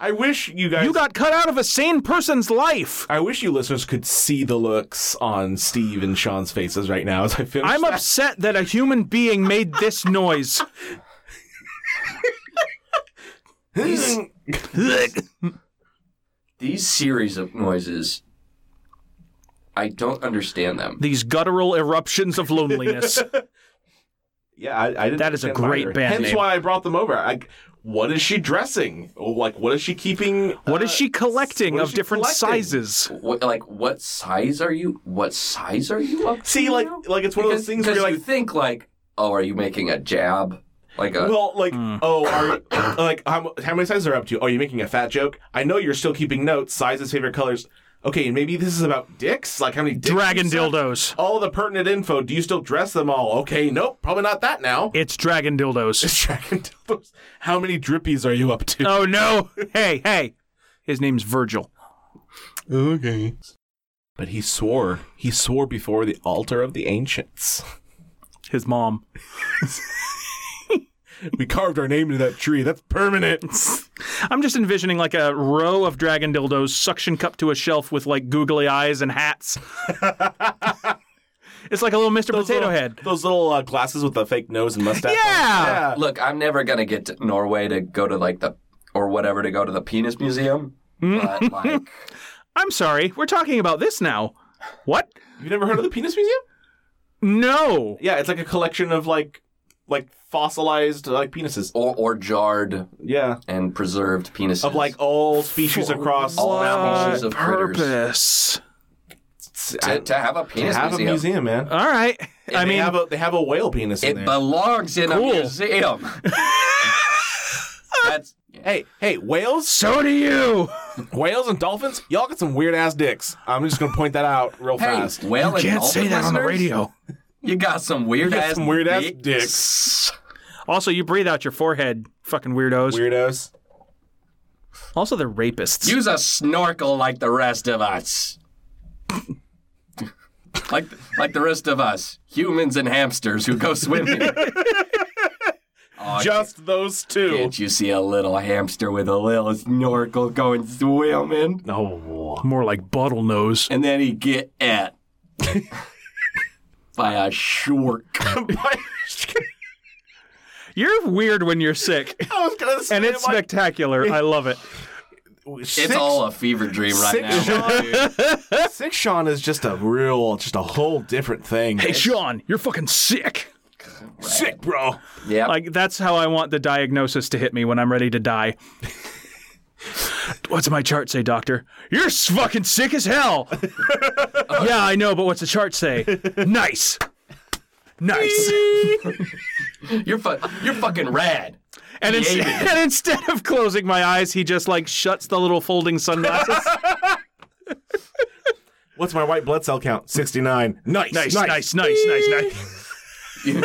Speaker 2: I wish you guys
Speaker 3: you got cut out of a sane person's life.
Speaker 2: I wish you listeners could see the looks on Steve and Sean's faces right now as I finish.
Speaker 3: I'm
Speaker 2: that.
Speaker 3: upset that a human being made this noise.
Speaker 4: These series of noises, I don't understand them.
Speaker 3: These guttural eruptions of loneliness.
Speaker 2: Yeah, I, I didn't.
Speaker 3: That is a
Speaker 2: understand
Speaker 3: great
Speaker 2: either.
Speaker 3: band
Speaker 2: Hence
Speaker 3: name.
Speaker 2: why I brought them over. I, what is she dressing? Oh, Like, what is she keeping? uh,
Speaker 3: What is she collecting
Speaker 2: what is
Speaker 3: of
Speaker 2: she
Speaker 3: different
Speaker 2: collecting?
Speaker 3: sizes?
Speaker 4: What, like, what size are you? What size are you up to
Speaker 2: See, like,
Speaker 4: now?
Speaker 2: like it's one of those
Speaker 4: Because,
Speaker 2: things where
Speaker 4: because
Speaker 2: you're
Speaker 4: you
Speaker 2: like,
Speaker 4: think like, oh, are you making a jab? Like a
Speaker 2: well, like,
Speaker 3: Hmm.
Speaker 2: oh, are like how, how many sizes are up to? Oh, you making a fat joke? I know you're still keeping notes, sizes, favorite colors. Okay, and maybe this is about dicks. Like how many dicks
Speaker 3: Dragon
Speaker 2: you suck?
Speaker 3: dildos.
Speaker 2: All the pertinent info. Do you still dress them all? Okay, nope, probably not that now.
Speaker 3: It's dragon dildos.
Speaker 2: Dragon dildos. How many drippies are you up to?
Speaker 3: Oh no! Hey, hey! His name's Virgil. Oh.
Speaker 5: Okay. But he swore. He swore before the altar of the ancients.
Speaker 3: His mom.
Speaker 5: We carved our name into that tree. That's permanent.
Speaker 3: I'm just envisioning like a row of dragon dildos suction cup to a shelf with like googly eyes and hats. it's like a little Mr. Potato
Speaker 2: little-
Speaker 3: Head.
Speaker 2: Those little uh, glasses with the fake nose and mustache.
Speaker 3: Yeah!
Speaker 4: Look, I'm never gonna get to Norway to go to like the or whatever to go to the penis museum.
Speaker 2: Hmm.
Speaker 4: But like,
Speaker 3: I'm sorry, we're talking about this now. What?
Speaker 2: You've never heard of the Penis Museum?
Speaker 3: No.
Speaker 2: Yeah, it's like a collection of like like fossilized like penises.
Speaker 4: or or jarred
Speaker 2: Yeah.
Speaker 4: and preserved penises
Speaker 2: Of like all species across
Speaker 4: all
Speaker 2: mammals.
Speaker 4: species
Speaker 3: Uh,
Speaker 4: of critters
Speaker 3: Purpose.
Speaker 4: to, to have a
Speaker 2: They
Speaker 4: penis
Speaker 2: have a
Speaker 4: museum.
Speaker 2: museum, man.
Speaker 3: All right.
Speaker 2: they
Speaker 3: I mean,
Speaker 2: have a they have a whale penis in
Speaker 4: It
Speaker 2: there.
Speaker 4: belongs in
Speaker 3: Cool.
Speaker 4: a museum. That's
Speaker 2: hey, hey, whales,
Speaker 3: so do you.
Speaker 2: whales and dolphins, y'all got some weird ass dicks. I'm just gonna point that out real
Speaker 4: hey,
Speaker 2: fast.
Speaker 4: whale and
Speaker 3: Can't say
Speaker 4: dolphin
Speaker 3: that on the
Speaker 4: listeners,
Speaker 3: radio.
Speaker 4: You got some weird
Speaker 2: got
Speaker 4: ass
Speaker 2: some weird ass
Speaker 4: dicks.
Speaker 3: Also, you breathe out your forehead, fucking weirdos.
Speaker 2: Weirdos.
Speaker 3: Also, they're rapists.
Speaker 4: Use a snorkel like the rest of us. like like the rest of us, humans and hamsters who go swimming.
Speaker 2: Just those two.
Speaker 4: Can't you see a little hamster with a little snorkel going swimming?
Speaker 2: No.
Speaker 3: More like bottlenose.
Speaker 4: And then he get at by a shark.
Speaker 3: You're weird when you're sick,
Speaker 2: I was gonna say
Speaker 3: and it's
Speaker 2: like,
Speaker 3: spectacular. I love it.
Speaker 4: It's all a fever dream right
Speaker 2: Six
Speaker 4: now.
Speaker 2: Sean, Six Sean is just a real, just a whole different thing.
Speaker 3: Hey, Sean, you're fucking sick.
Speaker 2: Sick, bro.
Speaker 4: Yeah.
Speaker 3: Like that's how I want the diagnosis to hit me when I'm ready to die. what's my chart say, doctor? You're s- fucking sick as hell. yeah, I know, but what's the chart say? nice. Nice.
Speaker 4: You're fu- you're fucking rad.
Speaker 3: And, ins-
Speaker 4: Creative.
Speaker 3: and instead of closing my eyes, he just like shuts the little folding sunglasses.
Speaker 2: What's my white blood cell count? 69. Nice.
Speaker 3: nice, nice, nice, nice, nice.
Speaker 4: You,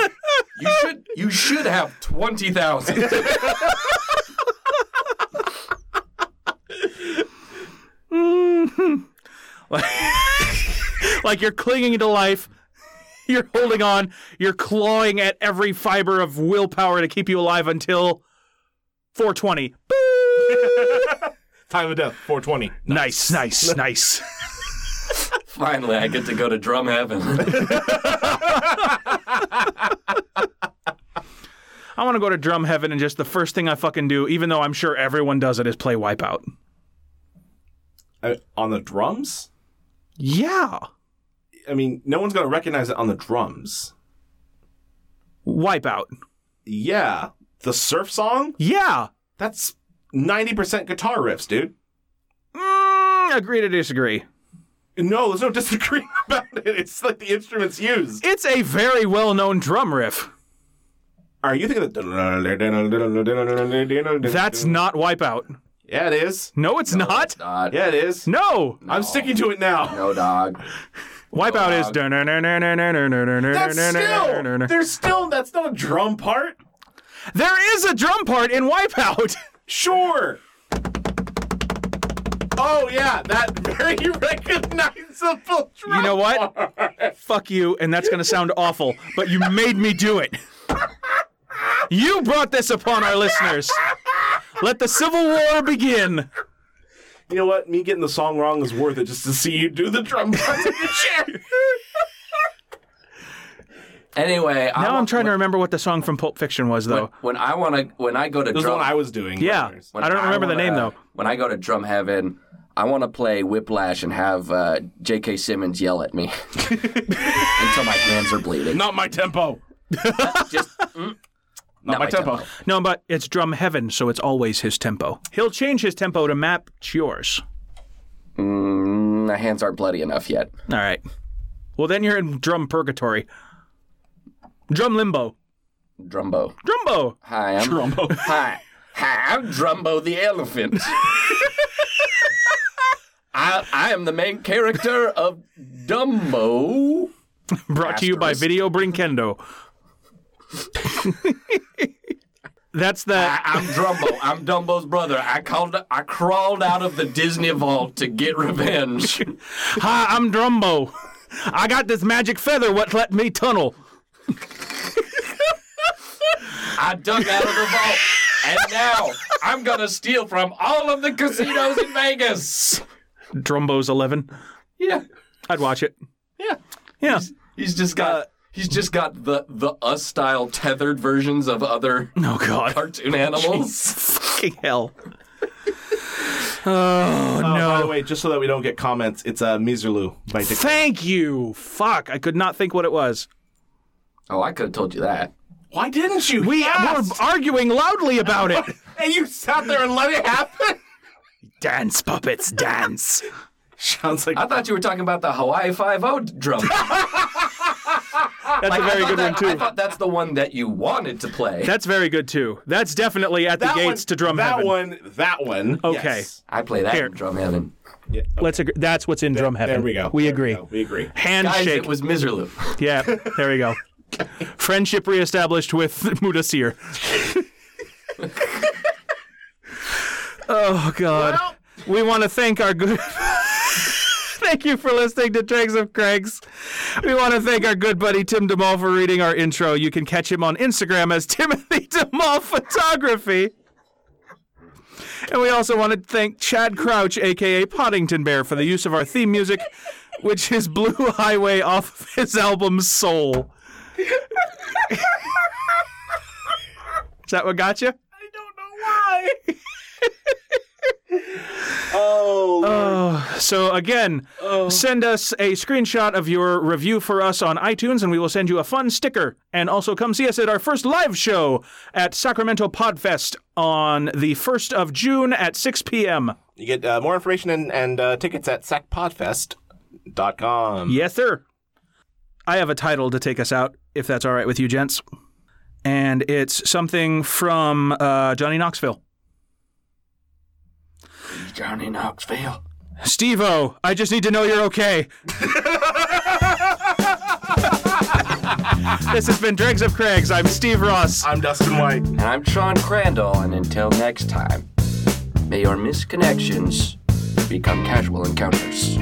Speaker 4: you should you should have twenty thousand.
Speaker 3: Like you're clinging to life. You're holding on. You're clawing at every fiber of willpower to keep you alive until 420.
Speaker 2: Time of death, 420.
Speaker 3: Nice, nice, nice.
Speaker 4: Finally, I get to go to drum heaven.
Speaker 3: I want to go to Drum Heaven and just the first thing I fucking do, even though I'm sure everyone does it, is play Wipeout.
Speaker 2: Uh, on the drums?
Speaker 3: Yeah.
Speaker 2: I mean, no one's going to recognize it on the drums.
Speaker 3: Wipeout.
Speaker 2: Yeah. The surf song?
Speaker 3: Yeah.
Speaker 2: That's 90% guitar riffs, dude.
Speaker 3: Mm, agree to disagree.
Speaker 2: No, there's no disagreeing about it. It's like the instruments used.
Speaker 3: It's a very well known drum riff.
Speaker 2: Are you thinking that?
Speaker 3: That's not Wipeout.
Speaker 2: Yeah, it is.
Speaker 3: No, it's not.
Speaker 4: Not,
Speaker 2: Yeah, it is.
Speaker 3: No.
Speaker 2: I'm sticking to it now.
Speaker 4: No dog.
Speaker 3: Wipeout is.
Speaker 2: That's still.
Speaker 3: There
Speaker 2: There's still. That's not a drum part.
Speaker 3: is a drum part in Wipeout.
Speaker 2: Sure. Oh yeah, that very recognizable drum.
Speaker 3: You know what?
Speaker 2: part.
Speaker 3: Fuck you, and that's going to sound awful, but you made me do it. You brought this upon our listeners. Let the Civil War begin.
Speaker 2: You know what? Me getting the song wrong is worth it just to see you do the drum parts in the chair.
Speaker 4: Anyway, I
Speaker 3: Now
Speaker 4: wa-
Speaker 3: I'm trying to remember what the song from Pulp Fiction was,
Speaker 4: When,
Speaker 3: though.
Speaker 4: when I want to, when I go to
Speaker 2: This is
Speaker 4: drum,
Speaker 2: what I was doing.
Speaker 3: Yeah.
Speaker 4: when
Speaker 3: I don't remember the
Speaker 4: wanna-
Speaker 3: name, though.
Speaker 4: When I go to drum heaven, I want to play Whiplash and have uh, J.K. Simmons yell at me until my hands are bleeding.
Speaker 2: Not my tempo.
Speaker 4: Just mm, not,
Speaker 2: my tempo.
Speaker 3: No, but it's Drum Heaven, so it's always his tempo. He'll change his tempo to match yours.
Speaker 4: Mm, My hands aren't bloody enough yet.
Speaker 3: All right. Well, then you're in drum purgatory. Drum limbo.
Speaker 4: Drumbo.
Speaker 3: Drumbo.
Speaker 4: Hi, I'm Drumbo. Hi, hi, I'm Drumbo the elephant. I, I am the main character of Dumbo.
Speaker 3: Brought to you by
Speaker 4: Asterisk.
Speaker 3: Video Brinkendo. That's
Speaker 4: I,
Speaker 3: that.
Speaker 4: I'm Drumbo. I'm Dumbo's brother. I called. I crawled out of the Disney vault to get revenge.
Speaker 3: Hi, I'm Drumbo. I got this magic feather what let me tunnel.
Speaker 4: I dug out of the vault, and now I'm gonna steal from all of the casinos in Vegas.
Speaker 3: Drumbo's 11.
Speaker 4: Yeah,
Speaker 3: I'd watch it.
Speaker 4: yeah.
Speaker 3: Yeah.
Speaker 4: He's just got. he's just got the the us style tethered versions of other
Speaker 3: Oh, God.
Speaker 4: cartoon animals.
Speaker 3: Fucking hell. Oh,
Speaker 2: By the
Speaker 3: no.
Speaker 2: way, just so that we don't get comments, it's uh, Miserloo by Dick.
Speaker 3: Thank you. Fuck. I could not think what it was.
Speaker 4: Oh, I could have told you that.
Speaker 2: Why didn't you?
Speaker 3: We
Speaker 2: Yes!
Speaker 3: were arguing loudly about it.
Speaker 2: and you sat there and let it happen.
Speaker 3: dance, puppets, dance.
Speaker 2: Sounds like
Speaker 4: I thought you were talking about the Hawaii Five O drum.
Speaker 3: That's a very good one,
Speaker 4: That-
Speaker 3: too.
Speaker 4: I thought that's the one that you wanted to play.
Speaker 3: That's very good, too. That's definitely at the
Speaker 2: that
Speaker 3: gates
Speaker 2: one,
Speaker 3: to drum
Speaker 2: That
Speaker 3: heaven.
Speaker 2: one. That one.
Speaker 3: Okay.
Speaker 2: Yes.
Speaker 4: I play that
Speaker 3: Here.
Speaker 4: in Drum Heaven.
Speaker 3: Let's agree. That's what's in drum heaven.
Speaker 2: There we go.
Speaker 3: We
Speaker 2: There
Speaker 3: agree.
Speaker 2: go. We agree.
Speaker 4: Guys,
Speaker 3: Handshake.
Speaker 4: it was Miserloo.
Speaker 3: yeah, there we go. Friendship reestablished with Mudasir. oh God. we want to thank our good. thank you for listening to Dregs of Craigs. We want to thank our good buddy Tim DeMall for reading our intro. You can catch him on Instagram as Timothy DeMall Photography. And we also want to thank Chad Crouch, aka Poddington Bear, for the use of our theme music, which is Blue Highway off of his album Soul. is that what got you?
Speaker 2: Oh,
Speaker 3: Oh, So again, send us a screenshot of your review for us on iTunes, and we will send you a fun sticker. And also come see us at our first live show at Sacramento Podfest on the first of June at 6 p.m.
Speaker 2: You get uh, more information and, and uh, tickets at sacpodfest.com.
Speaker 3: Yes, sir. I have a title to take us out, if that's all right with you, gents. And it's something from uh, Johnny Knoxville.
Speaker 4: Johnny Knoxville.
Speaker 3: Steve O, I just need to know you're okay. this has been Dregs of Craigs. I'm Steve Ross.
Speaker 2: I'm Dustin White.
Speaker 4: And I'm Sean Crandall, and until next time, may your misconnections become casual encounters.